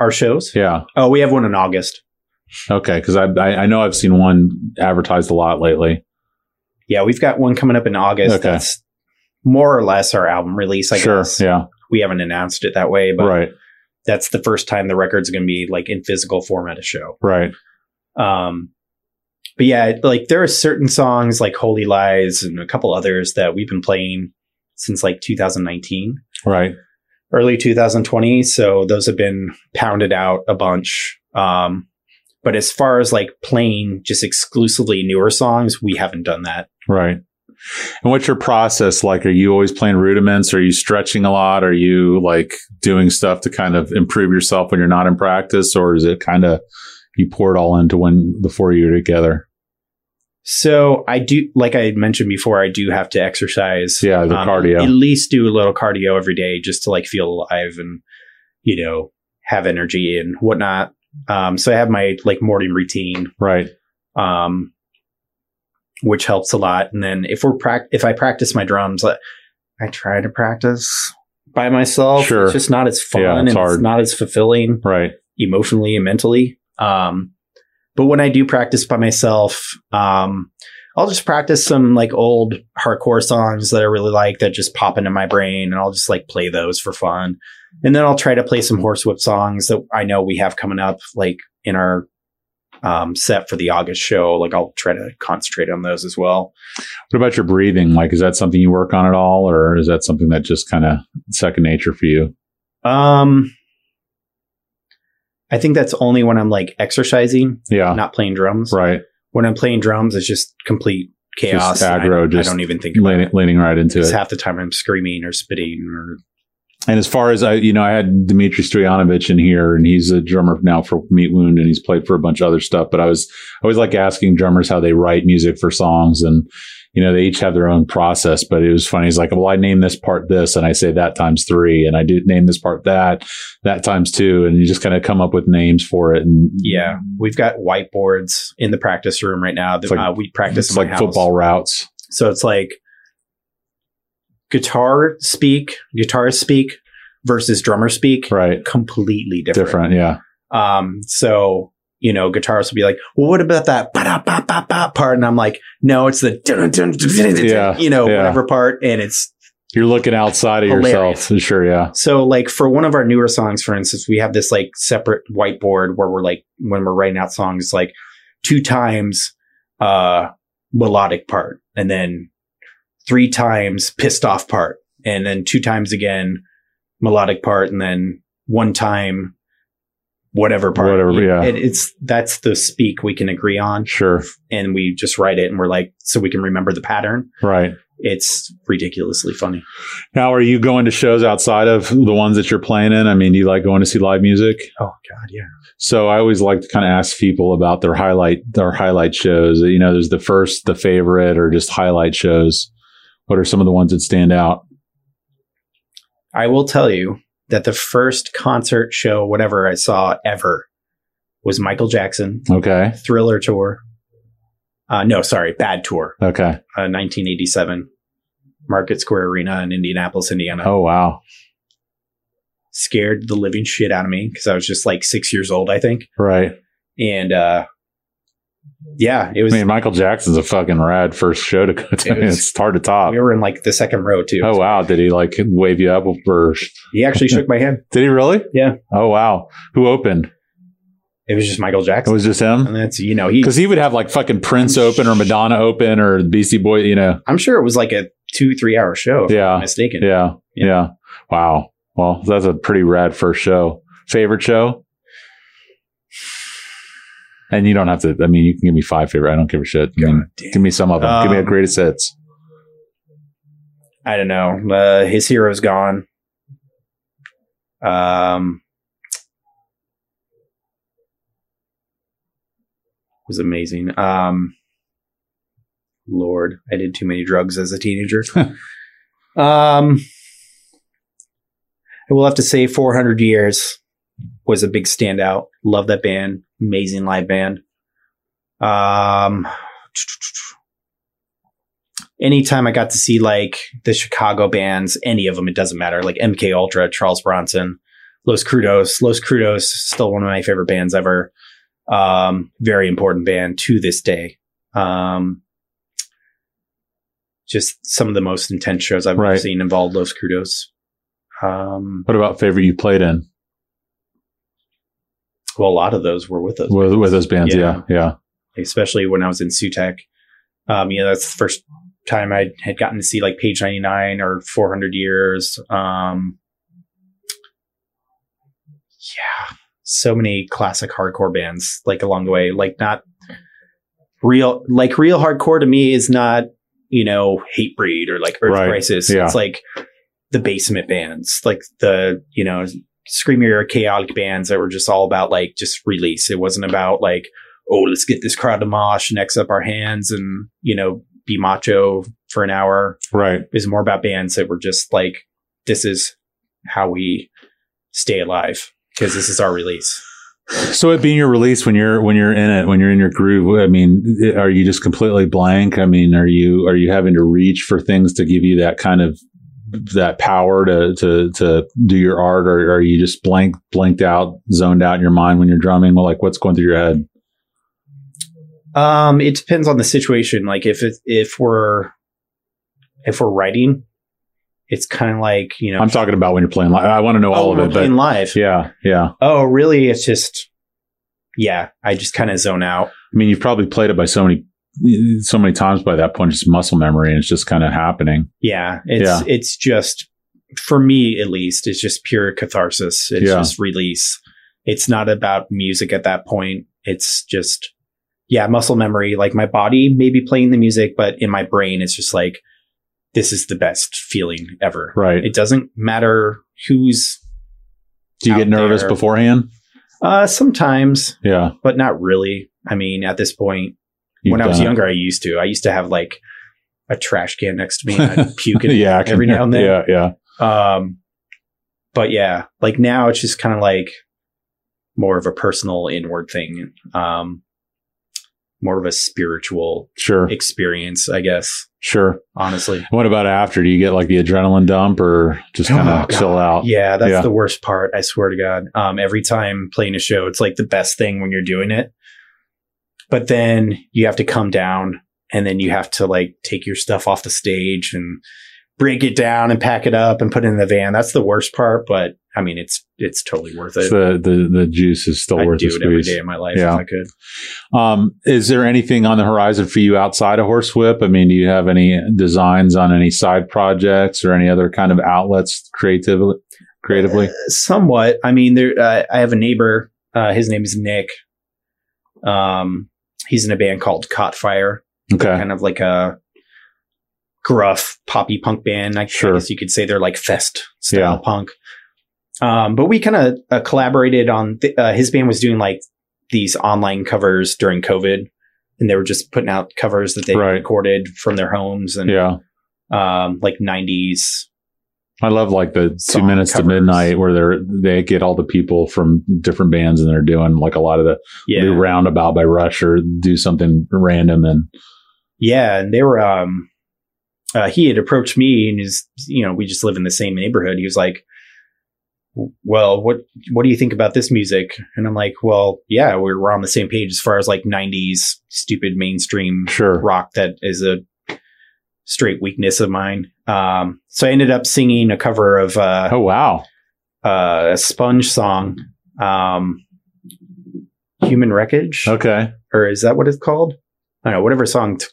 our shows. Yeah. Oh, we have one in August. Okay. Because I, I I know I've seen one advertised a lot lately. Yeah, we've got one coming up in August. Okay. That's more or less our album release. I sure. guess Yeah. we haven't announced it that way, but Right. that's the first time the record's going to be like in physical form at a show. Right. Um, but yeah, like there are certain songs like "Holy Lies" and a couple others that we've been playing since like 2019, Right. early 2020. So those have been pounded out a bunch. Um, but as far as like playing just exclusively newer songs, we haven't done that. Right. And what's your process like? Are you always playing rudiments? Are you stretching a lot? Are you like doing stuff to kind of improve yourself when you're not in practice? Or is it kind of you pour it all into when the four of you are together? So I do, like I had mentioned before, I do have to exercise. Yeah, the Um, cardio. At least do a little cardio every day just to like feel alive and, you know, have energy and whatnot. Um, so I have my like morning routine, right. um, which helps a lot. And then if we're prac, if I practice my drums, I, I try to practice by myself. Sure. It's just not as fun Yeah, it's and hard. it's not as fulfilling Right. emotionally and mentally. Um, but when I do practice by myself, um, I'll just practice some like old hardcore songs that I really like that just pop into my brain, and I'll just like play those for fun. And then I'll try to play some horsewhip songs that I know we have coming up, like in our um, set for the August show. Like I'll try to concentrate on those as well. What about your breathing? Like, is that something you work on at all? Or is that something that just kind of second nature for you? Um, I think that's only when I'm like exercising, Yeah. not playing drums. right. when I'm playing drums, it's just complete chaos. Just and I- aggro, I, just don't even think about Leaning, it. leaning right into Because it. half the time I'm screaming or spitting or And as far as I, you know, I had Dmitri Stoyanovich in here, and he's a drummer now for Meat Wound, and he's played for a bunch of other stuff. But I was I always like asking drummers how they write music for songs, and you know, they each have their own process. But it was funny. He's like, well, I name this part this, and I say that times three, and I do name this part that, that times two, and you just kind of come up with names for it. And Yeah, we've got whiteboards in the practice room right now. That, It's like- uh, we practice it's in my like house. football routes. So it's like guitar speak, guitarist speak versus drummer speak, Right. completely different. Different. Yeah. Um, so you know, guitarists will be like, "Well, what about that ba-da-ba-ba-ba part?" And I'm like, "No, it's the dun- dun- dun- dun- dun- Yeah, you know yeah. whatever part." And it's You're looking outside of Hilarious. yourself. Sure. Yeah. so like for one of our newer songs, for instance, we have this like separate whiteboard where we're like when we're writing out songs, like two times uh melodic part, and then three times pissed off part, and then two times again melodic part, and then one time whatever part. Whatever, yeah. It, it's that's the speak we can agree on, Sure. and we just write it, and we're like so we can remember the pattern. Right. It's ridiculously funny. Now, are you going to shows outside of the ones that you're playing in? I mean, do you like going to see live music? Oh God, yeah. So I always like to kind of ask people about their highlight, their highlight shows. You know, there's the first, the favorite, or just highlight shows. What are some of the ones that stand out? I will tell you that the first concert show, whatever I saw ever, was Michael Jackson Okay. Thriller tour. Uh, no, sorry, Bad tour, Okay. uh, 1987, Market Square Arena in Indianapolis, Indiana. Oh, wow. Scared the living shit out of me because I was just like six years old, I think, Right. and uh, yeah, it I was. mean, Michael Jackson's a fucking rad first show to go to. It was- it's hard to top. we were in like the second row too. Oh, wow. Did he like wave you up or He actually shook my hand. did he really? Yeah. Oh, wow. Who opened? It was just Michael It Jackson, was just him? and that's you know he. Because he would have like fucking Prince open or Madonna open or Beastie Boy, you know. I'm sure it was like a two three hour show. If I'm Yeah. not mistaken. Oh, Yeah. Yeah. Yeah. Wow. Well, that's a pretty rad first show. Favorite show? And you don't have to, I mean, you can give me five favorite. I don't give a shit. I mean, God damn. give me some of them. give me a Um, greatest hits. I don't know. Uh, his hero's gone. Um, was amazing. Um, Lord, I did too many drugs as a teenager. um, I will have to say, 400 years was a big standout. Love that band. Amazing live band. Um, anytime I got to see like the Chicago bands, any of them, it doesn't matter. Like MK Ultra, Charles Bronson, Los Crudos. Los Crudos, still one of my favorite bands ever. Um, very important band to this day. Um, just some of the most intense shows I've ever Right. seen involved Los Crudos. Um, What about favorite you played in well, a lot of those were with us, with, with those bands? Yeah. Yeah. Yeah. especially when I was in SUTEC. Um, you know, that's the first time I had gotten to see like Page 99 or 400 Years. Um, yeah, so many classic hardcore bands like along the way, like not real, like real hardcore to me is not, you know, Hate Breed or like Earth Right. Crisis. Yeah. It's like the basement bands, like the, you know, screamier chaotic bands that were just all about like just release. It wasn't about like, oh, let's get this crowd to mosh and X up our hands and, you know, be macho for an hour. Right. It was more about bands that were just like, this is how we stay alive because this is our release. So it being your release when you're, when you're in it, when you're in your groove, I mean, i- are you just completely blank? I mean, are you, are you having to reach for things to give you that kind of, that power to, to, to do your art or are you just blank, blanked out, zoned out in your mind when you're drumming? Well, like what's going through your head? Um, it depends on the situation. Like if it, if we're if we're writing, it's kind of like you know Oh, I'm talking about when you're playing live. I want to know all of we're it, but playing live. yeah, yeah. Oh, really? It's just yeah. I just kind of zone out. I mean, you've probably played it by so many, so many times by that point, it's muscle memory and it's just kind of happening. Yeah, it's Yeah. it's just for me at least, it's just pure catharsis. It's Yeah. just release. It's not about music at that point. It's just yeah, muscle memory. Like my body may be playing the music, but in my brain, it's just like this is the best feeling ever. Right. It doesn't matter who's Do you get out nervous there. beforehand? uh sometimes, Yeah. but not really. I mean, at this point, You've when I was done it. younger, I used to. I used to have like a trash can next to me and I'd puke in it yeah, I can- every now and then. Yeah, yeah. Um, but yeah, like now it's just kind of like more of a personal inward thing, um, more of a spiritual Sure, experience, I guess. sure. Honestly, What about after? Do you get like the adrenaline dump or just kind Oh, of God. chill out? yeah, that's Yeah. the worst part. I swear to God. Um, every time playing a show, it's like the best thing when you're doing it, but then you have to come down and then you have to like take your stuff off the stage and break it down and pack it up and put it in the van. That's the worst part, but I mean, it's it's totally worth it. It's the, the the juice is still I'd worth do the it every squeeze. day of my life Yeah. if I could. Um, is there anything on the horizon for you outside of Horsewhip? I mean, do you have any designs on any side projects or any other kind of outlets creatively? Creatively, Uh, Somewhat. I mean, there. Uh, I have a neighbor. Uh, his name is Nick. Um, he's in a band called Caught Fire, okay, kind of like a gruff poppy punk band. I, Sure. I guess you could say they're like fest style Yeah. punk. Um, but we kind of uh, collaborated on. Th- uh, his band was doing like these online covers during COVID, and they were just putting out covers that they Right. recorded from their homes and yeah. um, like '90s I love like the two Song minutes covers. to midnight where they're they get all the people from different bands and they're doing like a lot of the yeah do roundabout by Rush or do something random and Yeah, and they were um uh he had approached me and is you know, we just live in the same neighborhood. He was like, "Well, what what do you think about this music?" And I'm like, "Well, yeah, we're, we're on the same page as far as like 90s stupid mainstream sure rock that is a straight weakness of mine." Um so I ended up singing a cover of uh oh wow uh a Sponge song. Um Human Wreckage okay or is that what it's called? I don't know, whatever song t-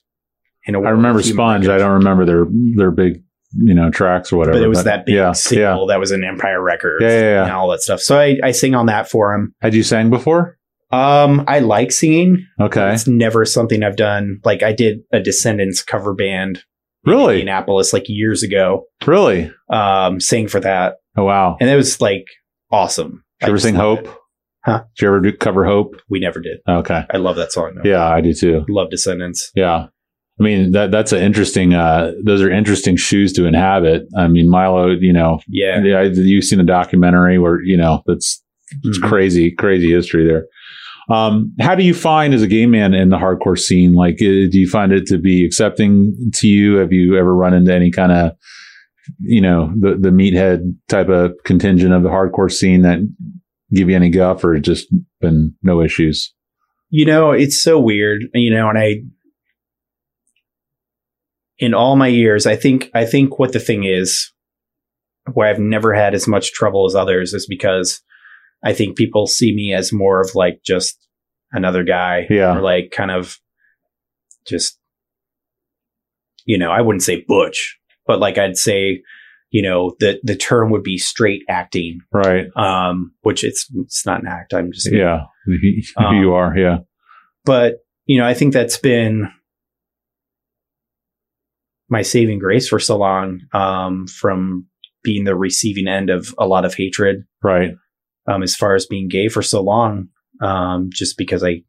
in a I remember Human Sponge I Wreckage. don't remember their their big you know tracks or whatever but it was that big yeah yeah single that was an Empire Records Yeah, yeah, yeah. and all that stuff. So I, I sing on that for him. had you sang before Um, I like singing. okay It's never something I've done. Like I did a Descendants cover band in really Indianapolis like years ago. really Um, sang for that, oh wow did and it was like awesome. you I ever just sing love Hope it. Huh? did you ever do cover Hope We never did. okay I love that song. Though. yeah I do too love Descendants. yeah. I mean that that's an interesting uh those are interesting shoes to inhabit. I mean Milo, you know, Yeah, yeah, I- you've seen a documentary where, you know, that's It's Mhm. crazy, crazy history there. Um, how do you find as a gay man in the hardcore scene? Like, uh, do you find it to be accepting to you? Have you ever run into any kind of, you know, the, the meathead type of contingent of the hardcore scene that give you any guff or just been no issues? you know it's so weird you know and i in all my years i think i think what the thing is where i've never had as much trouble as others is because i think people see me as more of like just another guy Yeah. or like kind of just you know i wouldn't say butch but like i'd say you know the the term would be straight acting Right. um which it's it's not an act i'm just Yeah. Who Um, you are. Yeah. but you know, I think that's been my saving grace for so long um, from being the receiving end of a lot of hatred Right. um, as far as being gay for so long, um, just because I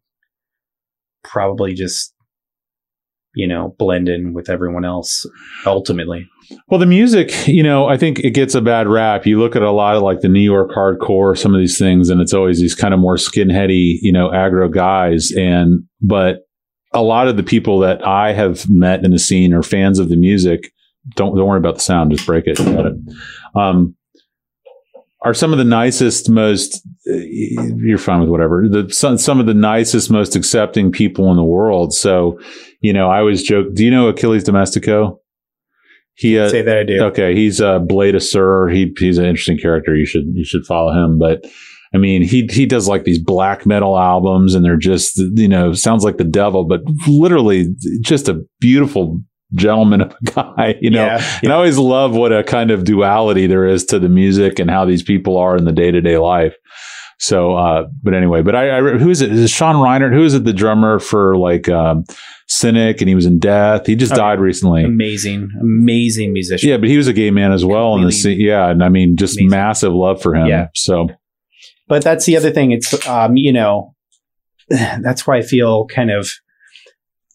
probably just you know blend in with everyone else ultimately. Well, the music, you know, I think it gets a bad rap. You look at a lot of like the New York hardcore, some of these things, and it's always these kind of more skinheady, you know, aggro guys. And, but a lot of the people that I have met in the scene are fans of the music. Don't, don't worry about the sound. Just break it. Got it. Um, are some of the nicest, most, eh, you're fine with whatever, the, some, some of the nicest, most accepting people in the world. So, you know, I always joke, do you know Achilles Domestico? He, uh, Say that I do. Okay, he's a blade of sir. He he's an interesting character. You should you should follow him. But I mean, he he does like these black metal albums, and they're just you know sounds like the devil, but literally just a beautiful gentleman of a guy. You know, yeah, and I always love what a kind of duality there is to the music and how these people are in the day to day life. So, uh, but anyway, but I, I re- who is it? Is it Sean Reinert? Who is it? The drummer for like um, Cynic, and he was in Death. He just Okay. Mm-hmm. died recently. Amazing, amazing musician. Yeah, but he was a gay man as well in the scene. Completely. Yeah, and I mean, just Amazing. massive love for him. Yeah. So But that's the other thing. It's um, you know, that's why I feel kind of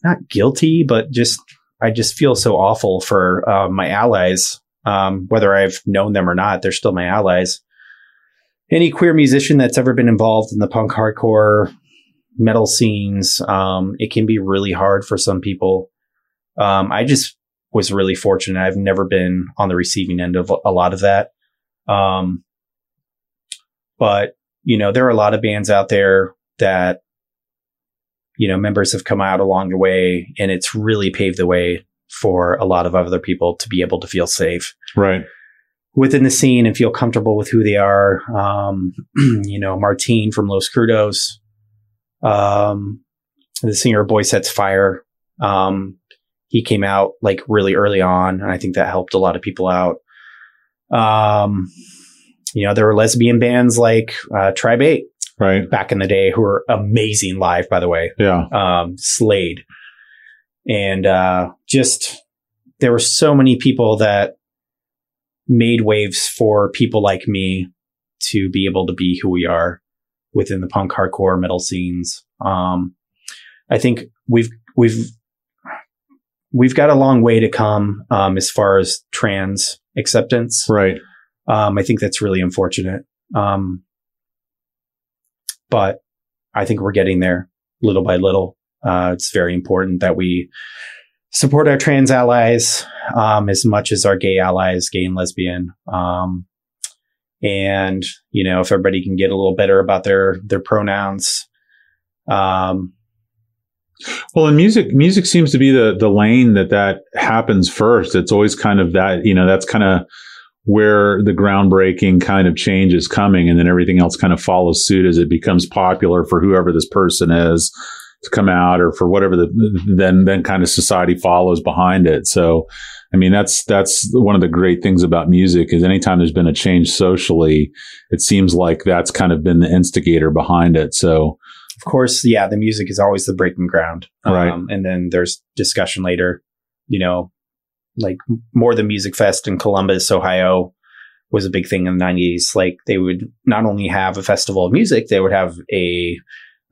not guilty, but just I just feel so awful for uh, my allies, um, whether I've known them or not. They're still my allies. Any queer musician that's ever been involved in the punk hardcore metal scenes, um, it can be really hard for some people. Um, I just was really fortunate. I've never been on the receiving end of a lot of that. Um, but you know there are a lot of bands out there that you know members have come out along the way and it's really paved the way for a lot of other people to be able to feel safe right, within the scene and feel comfortable with who they are um, you know martine from los crudos um, the singer of boy sets fire um, he came out like really early on and i think that helped a lot of people out um, you know there were lesbian bands like uh, tribe 8 right, back in the day who were amazing live, by the way, yeah, um, Slade. And uh, just there were so many people that made waves for people like me to be able to be who we are within the punk hardcore metal scenes. Um, I think we've we've we've got a long way to come um, as far as trans acceptance. right, Um, I think that's really unfortunate. Um, but I think we're getting there little by little. Uh, it's very important that we support our trans allies um, as much as our gay allies, gay and lesbian. Um, and you know, if everybody can get a little better about their their pronouns, um, Well, and music music seems to be the the lane that that happens first. It's always kind of that you know that's kind of where the groundbreaking kind of change is coming, and then everything else kind of follows suit as it becomes popular for whoever this person is to come out or for whatever the then then kind of society follows behind it. So. I mean that's that's one of the great things about music is anytime there's been a change socially, it seems like that's kind of been the instigator behind it. So of course, yeah, the music is always the breaking ground. Right. Um, and then there's discussion later, you know, like more than Music Fest in Columbus, Ohio was a big thing in the 90s. Like they would not only have a festival of music, they would have a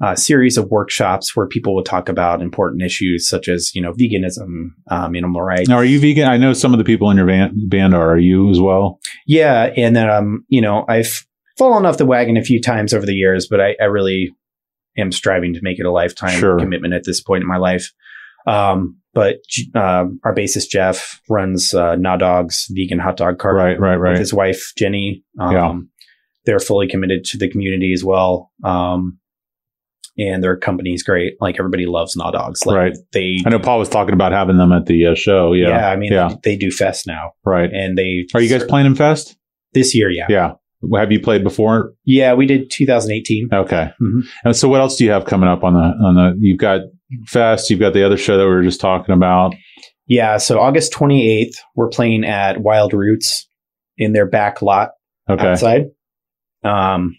uh, series of workshops where people would talk about important issues such as, you know, veganism, um, animal rights. Now, are you vegan? I know some of the people in your van- band are. Are you as well? Yeah, and um, you know, I've fallen off the wagon a few times over the years, but I, I really am striving to make it a lifetime Sure. commitment at this point in my life. Um, but J- um our bassist Jeff runs uh, Na Dogs Vegan Hot Dog Cart Right, right, with right. his wife Jenny. Um, Yeah. they're fully committed to the community as well. Um, and their company's great. Like everybody loves Nah Dogs. Like Right. they, I know Paul was talking about having them at the uh, show. Yeah, yeah, I mean, yeah. they do fest now, right. and they Are you guys playing in Fest? this year? Yeah, yeah, Yeah. Have you played before? we did 2018. Okay. Mhm. And so, what else do you have coming up on the on the? You've got Fest. You've got the other show that we were just talking about. Yeah, so August 28th, we're playing at Wild Roots in their back lot Okay. outside. Um,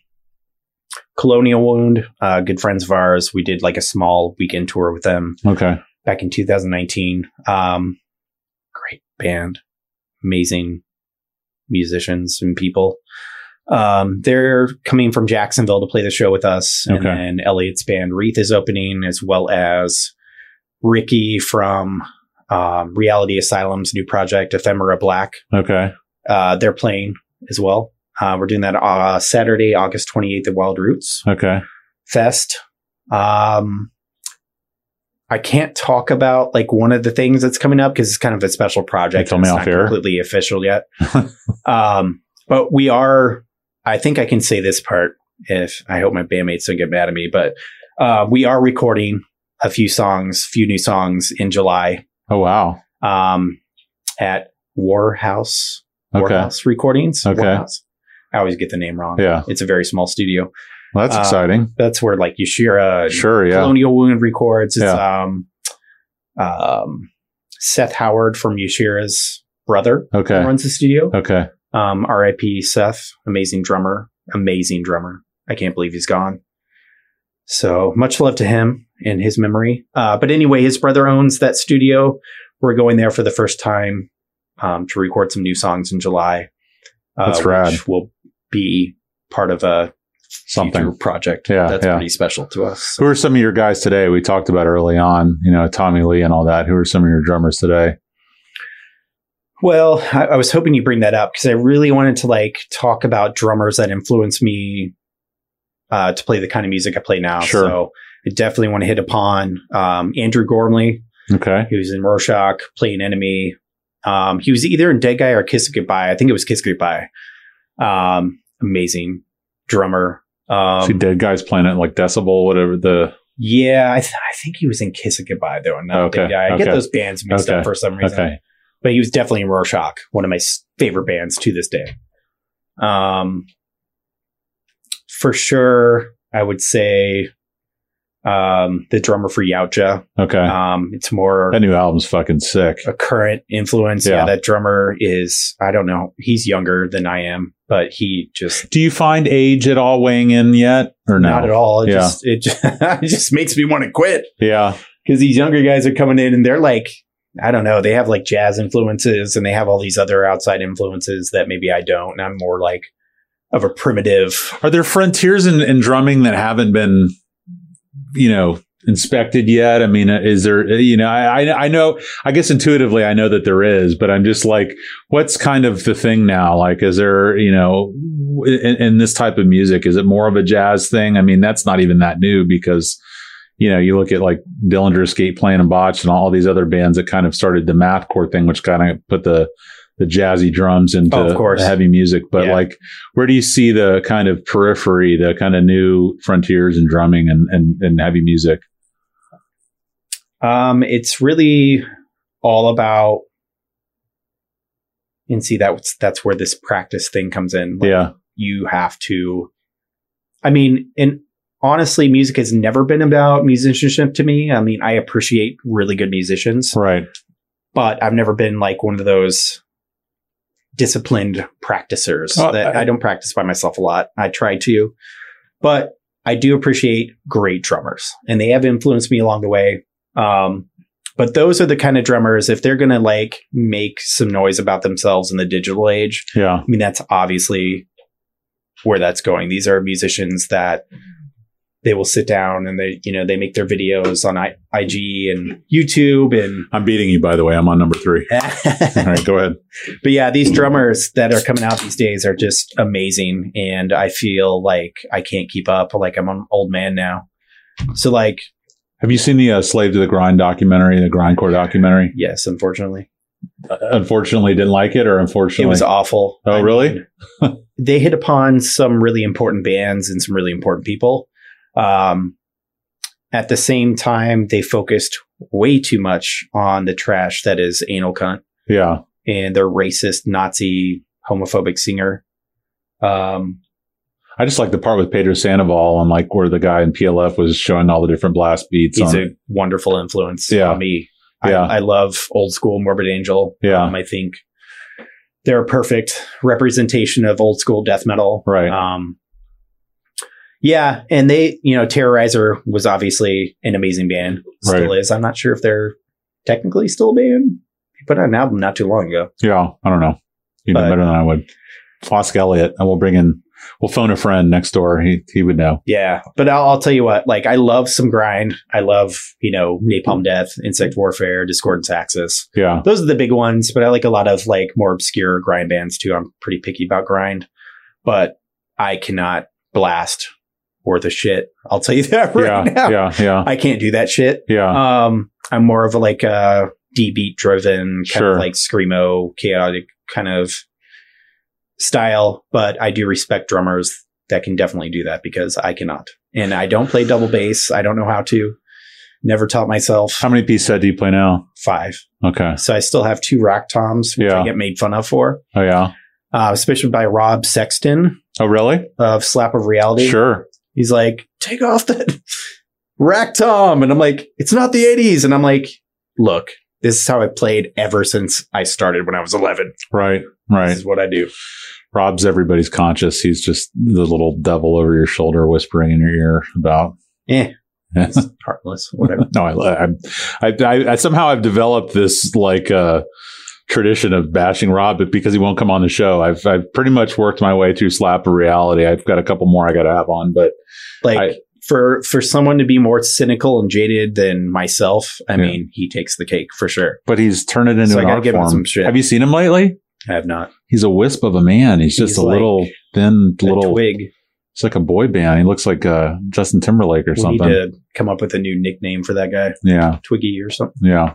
Colonial Wound, uh, good friends of ours. We did like a small weekend tour with them Okay. back in 2019. Um, great band, amazing musicians and people. Um, they're coming from Jacksonville to play the show with us, and Okay. then Elliot's band Wreath is opening, as well as Ricky from um, Reality Asylum's new project Ephemera Black. Okay. Uh, they're playing as well. Uh, we're doing that uh, Saturday, August 28th at Wild Roots. Okay. Fest. Um, I can't talk about like one of the things that's coming up because it's kind of a special project. Tell and me it's off not air. completely official yet. um, but we are. I think I can say this part. If I hope my bandmates don't get mad at me, but uh, we are recording a few songs, few new songs in July Oh wow. um, at Warhouse. Okay. Warhouse Recordings. Okay. Warhouse. I always get the name wrong. Yeah. It's a very small studio. Well, that's Uh, exciting. That's where like Yashira and Sure. Yeah. Colonial Wound records. It's um, um, Seth Howard from Yushira's brother Okay. runs the studio. Okay. Um, R.I.P. Seth, amazing drummer, amazing drummer. I can't believe he's gone. So much love to him and his memory. Uh, but anyway, his brother owns that studio. We're going there for the first time um, to record some new songs in July. uh, That's rad. Which will be part of a Something. future project. Yeah, that's yeah. pretty special to us. Who are some of your guys today? We talked about early on, you know, Tommy Lee and all that. Who are some of your drummers today? Well, I, I was hoping you bring that up because I really wanted to like talk about drummers that influenced me uh, to play the kind of music I play now. Sure. So I definitely want to hit upon um, Andrew Gormley, Okay. who's in Rorschach, playing Enemy. Um, he was either in Dead Guy or Kiss Goodbye. I think it was Kiss Goodbye. Um, amazing drummer. Um, See, dead guys playing it like Decibel, whatever the. yeah, I, th- I think he was in Kiss and Goodbye though, and not Okay, Dead Guy. I get okay. those bands mixed Okay, up for some reason. Okay. but he was definitely in Rorschach, one of my s- favorite bands to this day. Um, for sure, I would say um, the drummer for Yautja. Okay. Um, it's more that new album's fucking sick. a current influence. Yeah. Yeah. that drummer is I don't know. He's younger than I am, but he just Do you find age at all weighing in yet or no? not at all. It Yeah. just it just, it just makes me want to quit Yeah. because these younger guys are coming in and they're like. I don't know. They have like jazz influences and they have all these other outside influences that maybe I don't. And I'm more like of a primitive. Are there frontiers in, in drumming that haven't been, you know, inspected yet? I mean, is there, you know, I, I, I know, I guess intuitively I know that there is, but I'm just like, what's kind of the thing now? Like, is there, you know, in, in this type of music, is it more of a jazz thing? I mean, that's not even that new because, you know, you look at like Dillinger Escape Plan and Botch and all these other bands that kind of started the mathcore thing, which kind of put the, the jazzy drums into Oh, of course. heavy music, but Yeah. like where do you see the kind of periphery, the kind of new frontiers in drumming and, and, and heavy music? Um, it's really all about and see that's that's where this practice thing comes in. Like, yeah. You have to I mean, and honestly, music has never been about musicianship to me. I mean, I appreciate really good musicians, Right. but I've never been like one of those disciplined practicers Oh, that I- I don't practice by myself a lot. I try to, but I do appreciate great drummers and they have influenced me along the way. Um, but those are the kind of drummers, if they're going to like make some noise about themselves in the digital age, Yeah. I mean, that's obviously where that's going. These are musicians that they will sit down and they, you know, they make their videos on I- IG and YouTube and I'm beating you, by the way. I'm on number three. All right. Go ahead. But yeah, these drummers that are coming out these days are just amazing. And I feel like I can't keep up. Like I'm an old man now. So, like, Have you seen the uh, Slave to the Grind documentary, the Grindcore documentary? yes, unfortunately, Uh, unfortunately, didn't like it or unfortunately. it was awful. Oh, I really? mean, they hit upon some really important bands and some really important people. Um, at the same time, they focused way too much on the trash that is anal cunt. yeah. and their racist Nazi homophobic singer. Um, I just like the part with Pedro Sandoval on like where the guy in PLF was showing all the different blast beats. he's on- a wonderful influence Yeah. on me. Yeah. I, I love old school Morbid Angel. Yeah. Um, I think they're a perfect representation of old school death metal. Right. Um, yeah, and they, you know, Terrorizer was obviously an amazing band. Still Right. is. I'm not sure if they're technically still a band. They put out an album not too long ago. yeah. I don't know. You know But- better than I would. Fosk Elliott. And we'll bring in, we'll phone a friend next door. He, he would know. Yeah, but I'll, I'll tell you what. Like, I love some grind. I love you know Napalm Death, Insect Warfare, Discordance Axis. Yeah. Those are the big ones. But I like a lot of like more obscure grind bands too. I'm pretty picky about grind, but I cannot blast worth a shit. I'll tell you that right yeah, now. yeah, yeah, I can't do that shit. yeah. Um, I'm more of a, like a D beat driven kind Sure. of like screamo, chaotic kind of style. But I do respect drummers that can definitely do that because I cannot, and I don't play double bass. I don't know how to. Never taught myself How many piece set do you play now? five, Okay. so I still have two rock toms, which Yeah. I get made fun of for, Oh yeah. uh, especially by Rob Sexton Oh really? of Slap of Reality. Sure. He's like, take off that rack tom. And I'm like, it's not the 80s. And I'm like, look, this is how I played ever since I started when I was 11. Right. This Right. is what I do. Rob's everybody's conscious. He's just the little devil over your shoulder whispering in your ear about. Eh. Yeah. It's heartless, whatever. no, I, I, I, I, I somehow I've developed this like uh, tradition of bashing Rob, but because he won't come on the show, I've I've pretty much worked my way through slap of reality. I've got a couple more I got to have on, but Like I- for for someone to be more cynical and jaded than myself, I Yeah. mean, he takes the cake for sure. but he's turned it into So I an gotta art give him form. some shit. Have you seen him lately? I have not. He's a wisp of a man. He's just He's a like little thin A little. twig. He's like a boy band. He looks like uh, Justin Timberlake or We need something. to come up with a new nickname for that guy, Yeah, Twiggy or something. yeah.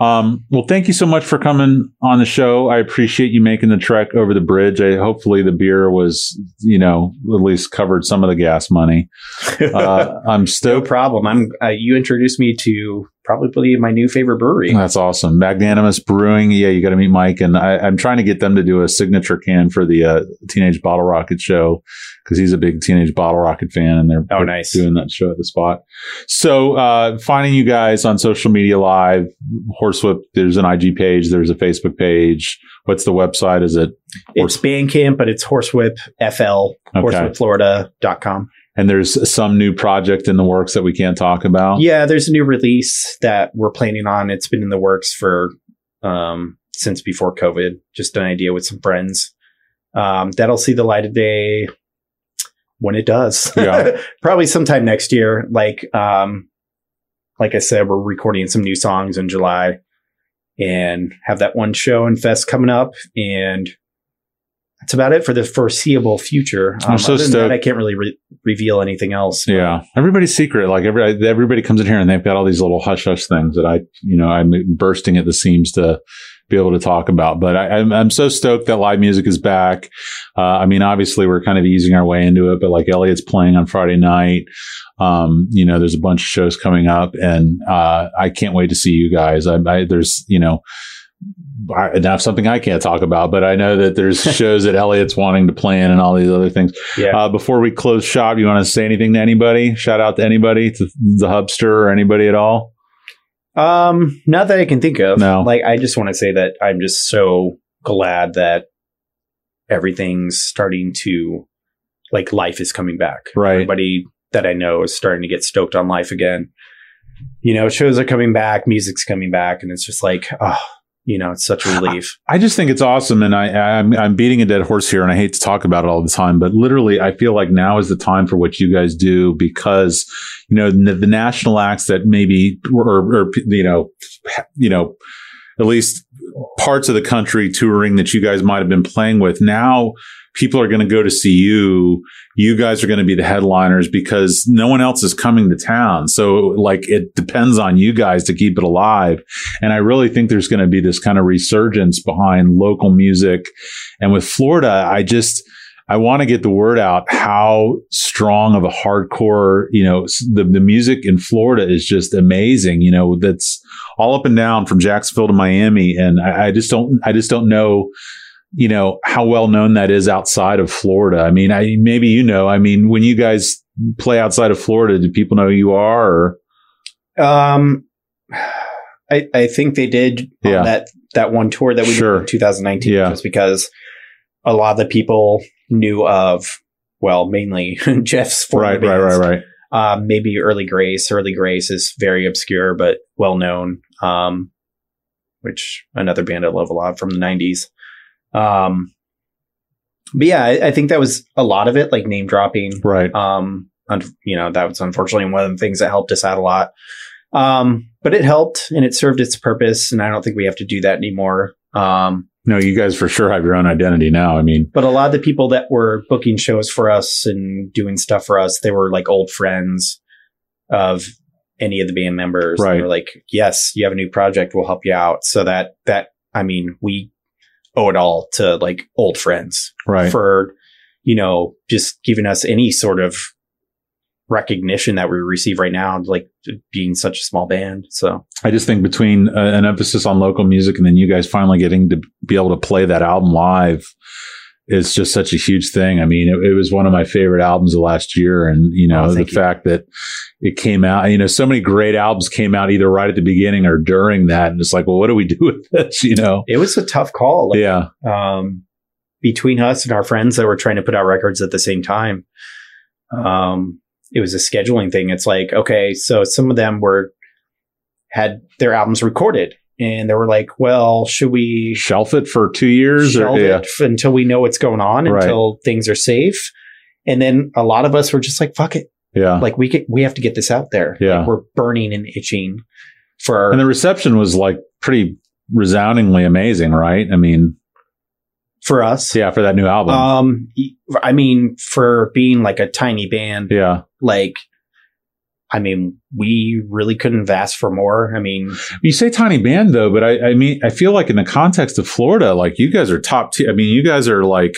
Um, well, thank you so much for coming on the show. I appreciate you making the trek over the bridge. I hopefully the beer was, you know, at least covered some of the gas money. Uh, I'm no stoked. problem. I'm. Uh, you introduced me to probably my new favorite brewery. That's awesome. Magnanimous Brewing. Yeah, you got to meet Mike. And I, I'm trying to get them to do a signature can for the uh, Teenage Bottle Rocket show because he's a big Teenage Bottle Rocket fan and they're Oh, nice. doing that show at the spot. So uh, finding you guys on social media live, Horsewhip, there's an IG page, there's a Facebook page. What's the website? Is it? It's Bandcamp, but it's Horsewhip FL Okay. horsewhipflorida.com. And there's some new project in the works that we can't talk about. Yeah, there's a new release that we're planning on. It's been in the works for um, since before COVID. Just an idea with some friends. Um, that'll see the light of day when it does. Yeah. Probably sometime next year. Like um, like I said, we're recording some new songs in July and have that one show and fest coming up and that's about it for the foreseeable future. Um, I'm so other than that, stoked. I can't really re- reveal anything else. Yeah, everybody's secret. Like every everybody comes in here and they've got all these little hush hush things that I, you know, I'm bursting at the seams to be able to talk about. But I, I'm I'm so stoked that live music is back. Uh, I mean, obviously we're kind of easing our way into it, but like Elliot's playing on Friday night. Um, you know, there's a bunch of shows coming up, and uh, I can't wait to see you guys. I, I there's you know. I, now something I can't talk about, but I know that there's shows that Elliot's wanting to plan and all these other things. Yeah. Uh, before we close shop, you want to say anything to anybody? Shout out to anybody, to the Hubster or anybody at all? Um, not that I can think of. No. Like I just want to say that I'm just so glad that everything's starting to like life is coming back. Right. Everybody that I know is starting to get stoked on life again. You know, shows are coming back, music's coming back, and it's just like, oh, you know, it's such a relief. I just think it's awesome, and I, I'm I'm beating a dead horse here, and I hate to talk about it all the time, but literally, I feel like now is the time for what you guys do because you know the, the national acts that maybe or, or you know you know at least parts of the country touring that you guys might have been playing with now people are going to go to see you you guys are going to be the headliners because no one else is coming to town so like it depends on you guys to keep it alive and i really think there's going to be this kind of resurgence behind local music and with florida i just I want to get the word out how strong of a hardcore, you know, s- the, the music in Florida is just amazing. You know, that's all up and down from Jacksonville to Miami. And I, I just don't, I just don't know, you know, how well known that is outside of Florida. I mean, I, maybe you know, I mean, when you guys play outside of Florida, do people know who you are? Or, Um I I think they did on Yeah. that that one tour that we Sure. did in 2019 Yeah. just because a lot of the people knew of well, mainly Jeff's former right, right, bands. right, right. Um, maybe Early Grace. Early Grace is very obscure but well known. Um, which another band I love a lot from the '90s. Um, but yeah, I, I think that was a lot of it, like name dropping. Right. Um, un- you know, that was unfortunately one of the things that helped us out a lot. Um, but it helped and it served its purpose, and I don't think we have to do that anymore. Um, No, you guys for sure have your own identity now. I mean, but a lot of the people that were booking shows for us and doing stuff for us, they were like old friends of any of the band members. Right. They were like, yes, you have a new project. We'll help you out. So that, that, I mean, we owe it all to like old friends right. for, you know, just giving us any sort of recognition that we receive right now, like being such a small band. So I just think between uh, an emphasis on local music and then you guys finally getting to be able to play that album live is just such a huge thing. I mean, it, it was one of my favorite albums of last year. And, you know, Oh, the thank you. fact that it came out, you know, so many great albums came out either right at the beginning or during that. And it's like, well, what do we do with this? You know? it was a tough call. Like, yeah. um, between us and our friends that were trying to put out records at the same time. Um, it was a scheduling thing. It's like, okay, so some of them were had their albums recorded and they were like, well, should we Shelf it for two years. shelve or, it yeah. f- until we know what's going on, Right. until things are safe? And then a lot of us were just like, fuck it. Yeah. Like we could, we have to get this out there. Yeah. Like we're burning and itching for And the reception was like pretty resoundingly amazing, right? I mean, for us. yeah, for that new album. Um, y- I mean, for being like a tiny band, yeah. like, I mean, we really couldn't have asked for more. I mean, You say tiny band though, but I, I mean, I feel like in the context of Florida, like you guys are top tier. I mean, you guys are like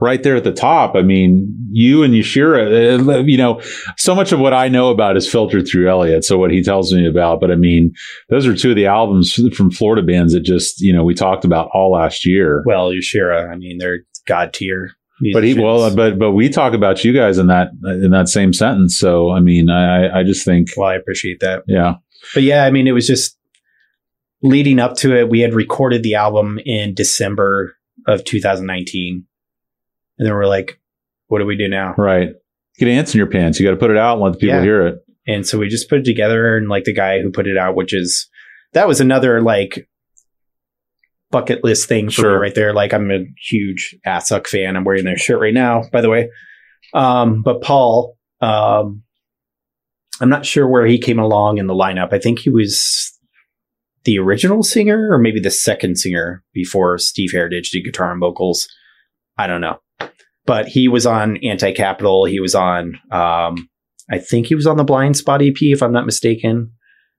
right there at the top. I mean, you and Yashira, uh, you know, so much of what I know about is filtered through Elliot. So what he tells me about, but I mean, those are two of the albums from Florida bands that just, you know, we talked about all last year. well, Yoshira, I mean, they're god tier. but he well but but we talk about you guys in that in that same sentence so i mean i I- i just think well, I appreciate that. yeah But yeah, I mean, it was just leading up to it. We had recorded the album in December of 2019, and then we're like, what do we do now? right get ants in your pants you got to put it out and let the people Yeah. hear it And so we just put it together and like the guy who put it out, which is that was another like bucket list thing for me Sure. right there. Like I'm a huge Asuk fan. I'm wearing their shirt right now, by the way. Um, but Paul, um, I'm not sure where he came along in the lineup. I think he was the original singer or maybe the second singer before Steve Heritage did guitar and vocals. I don't know. But he was on Anti Capital. He was on, um, I think he was on the Blind Spot EP, if I'm not mistaken.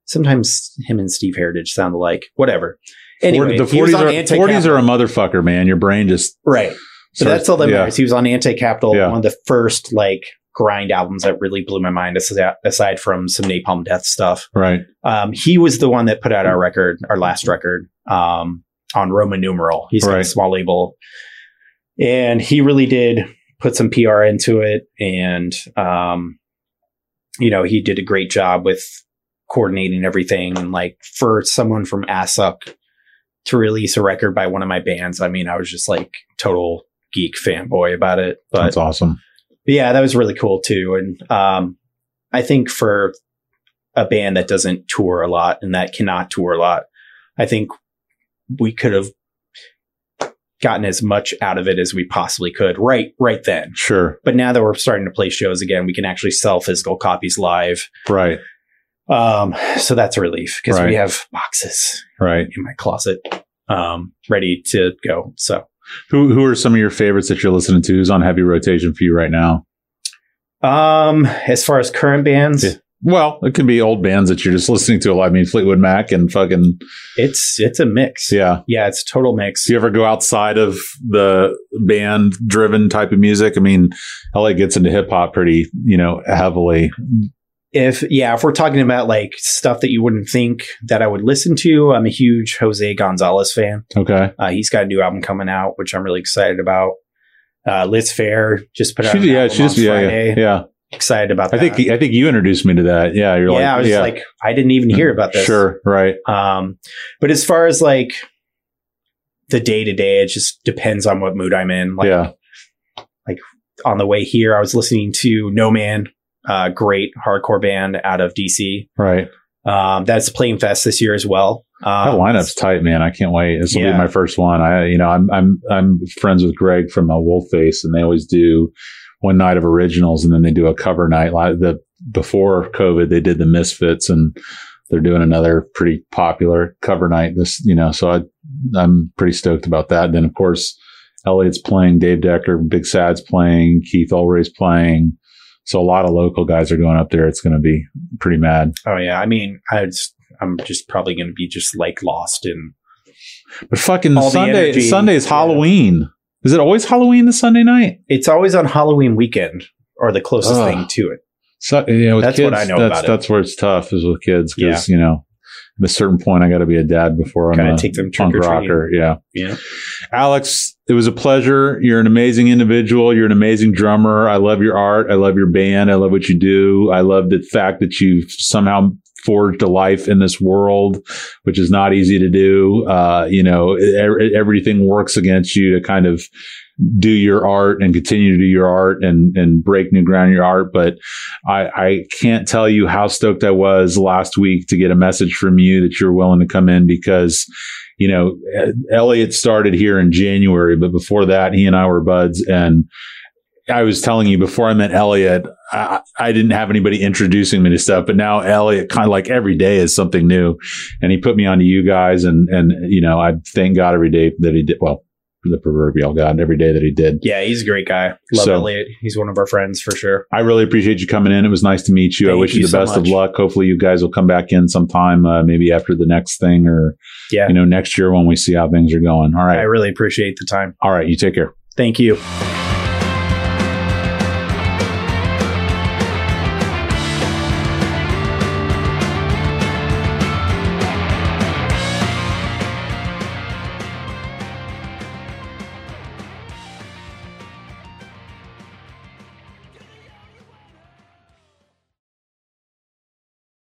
Sometimes him and Steve Heritage sound alike. Whatever. Anyway, the he was 40s on are, Anti-Capital. 40s are a motherfucker man your brain just right. But starts- that's all that yeah. matters. He was on Anti Capital, Yeah. one of the first like grind albums that really blew my mind, aside, aside from some Napalm Death stuff right um, he was the one that put out our record, our last record, um, on Roman numeral. He's got a Right. small label, and he really did put some PR into it, and um, you know, he did a great job with coordinating everything. And like for someone from ASUC to release a record by one of my bands, I mean, I was just like total geek fanboy about it. But that's awesome yeah, that was really cool too. And um, I think for a band that doesn't tour a lot and that cannot tour a lot, I think we could have gotten as much out of it as we possibly could right right then. sure But now that we're starting to play shows again, we can actually sell physical copies live. right Um, so that's a relief because Right. we have boxes right in my closet um, ready to go. So who who are some of your favorites that you're listening to who's on heavy rotation for you right now um, as far as current bands, Yeah. well it can be old bands that you're just listening to a lot i mean fleetwood mac and fucking it's it's a mix. yeah Yeah, it's a total mix. do you ever go outside of the band driven type of music i mean la gets into hip-hop pretty you know heavily if yeah, if we're talking about like stuff that you wouldn't think that I would listen to, I'm a huge Jose Gonzalez fan. okay Uh, he's got a new album coming out, which I'm really excited about. Uh, Liz Fair just put out she, an yeah album she just on yeah, Friday. yeah yeah Excited about i that. think i think you introduced me to that yeah you're yeah, like I was yeah like, I didn't even hear about this. sure right Um, but as far as like the day to day, it just depends on what mood I'm in. Like yeah on the way here, I was listening to No Man, uh, great hardcore band out of DC. right Um, that's playing fest this year as well. Um, that lineup's tight man i can't wait this will yeah. be my first one i you know i'm i'm i'm friends with greg from uh, wolf face and they always do one night of originals and then they do a cover night like the before covid they did the misfits and they're doing another pretty popular cover night this you know so i i'm pretty stoked about that then of course elliot's playing dave decker big sad's playing keith alray's playing so a lot of local guys are going up there it's going to be pretty mad Oh yeah, I mean, I just, I'm just probably going to be just like lost in. But fucking All the Sunday, energy. Sunday's Yeah. Halloween. Is it always Halloween the Sunday night? It's always on Halloween weekend or the closest Ugh. thing to it. So, yeah, with That's kids, what I know that's, about it. That's where it's tough is with kids because you know at a certain point I got to be a dad before I'm Gotta a take them punk trick-or-treating. rocker. Yeah, Yeah. Alex, it was a pleasure. You're an amazing individual. You're an amazing drummer. I love your art. I love your band. I love what you do. I love the fact that you've somehow forged a life in this world, which is not easy to do. Uh, you know, e- everything works against you to kind of do your art and continue to do your art and and break new ground in your art. But I, I can't tell you how stoked I was last week to get a message from you that you're willing to come in because. You know, E- Elliot started here in January, but before that, he and I were buds. And I was telling you before I met Elliot, I, I didn't have anybody introducing me to stuff, but now Elliot kind of like every day is something new, and he put me onto you guys, and and you know I thank God every day that he did well, the proverbial God every day that he did. Yeah, he's a great guy. Love So- Elliot. He's one of our friends for sure. I really appreciate you coming in. It was nice to meet you. I Thank wish you, you the so best of much. luck. Hopefully, you guys will come back in sometime, uh, maybe after the next thing or Yeah. you know next year when we see how things are going. All I right, really appreciate the time. all right, you take care. Thank you.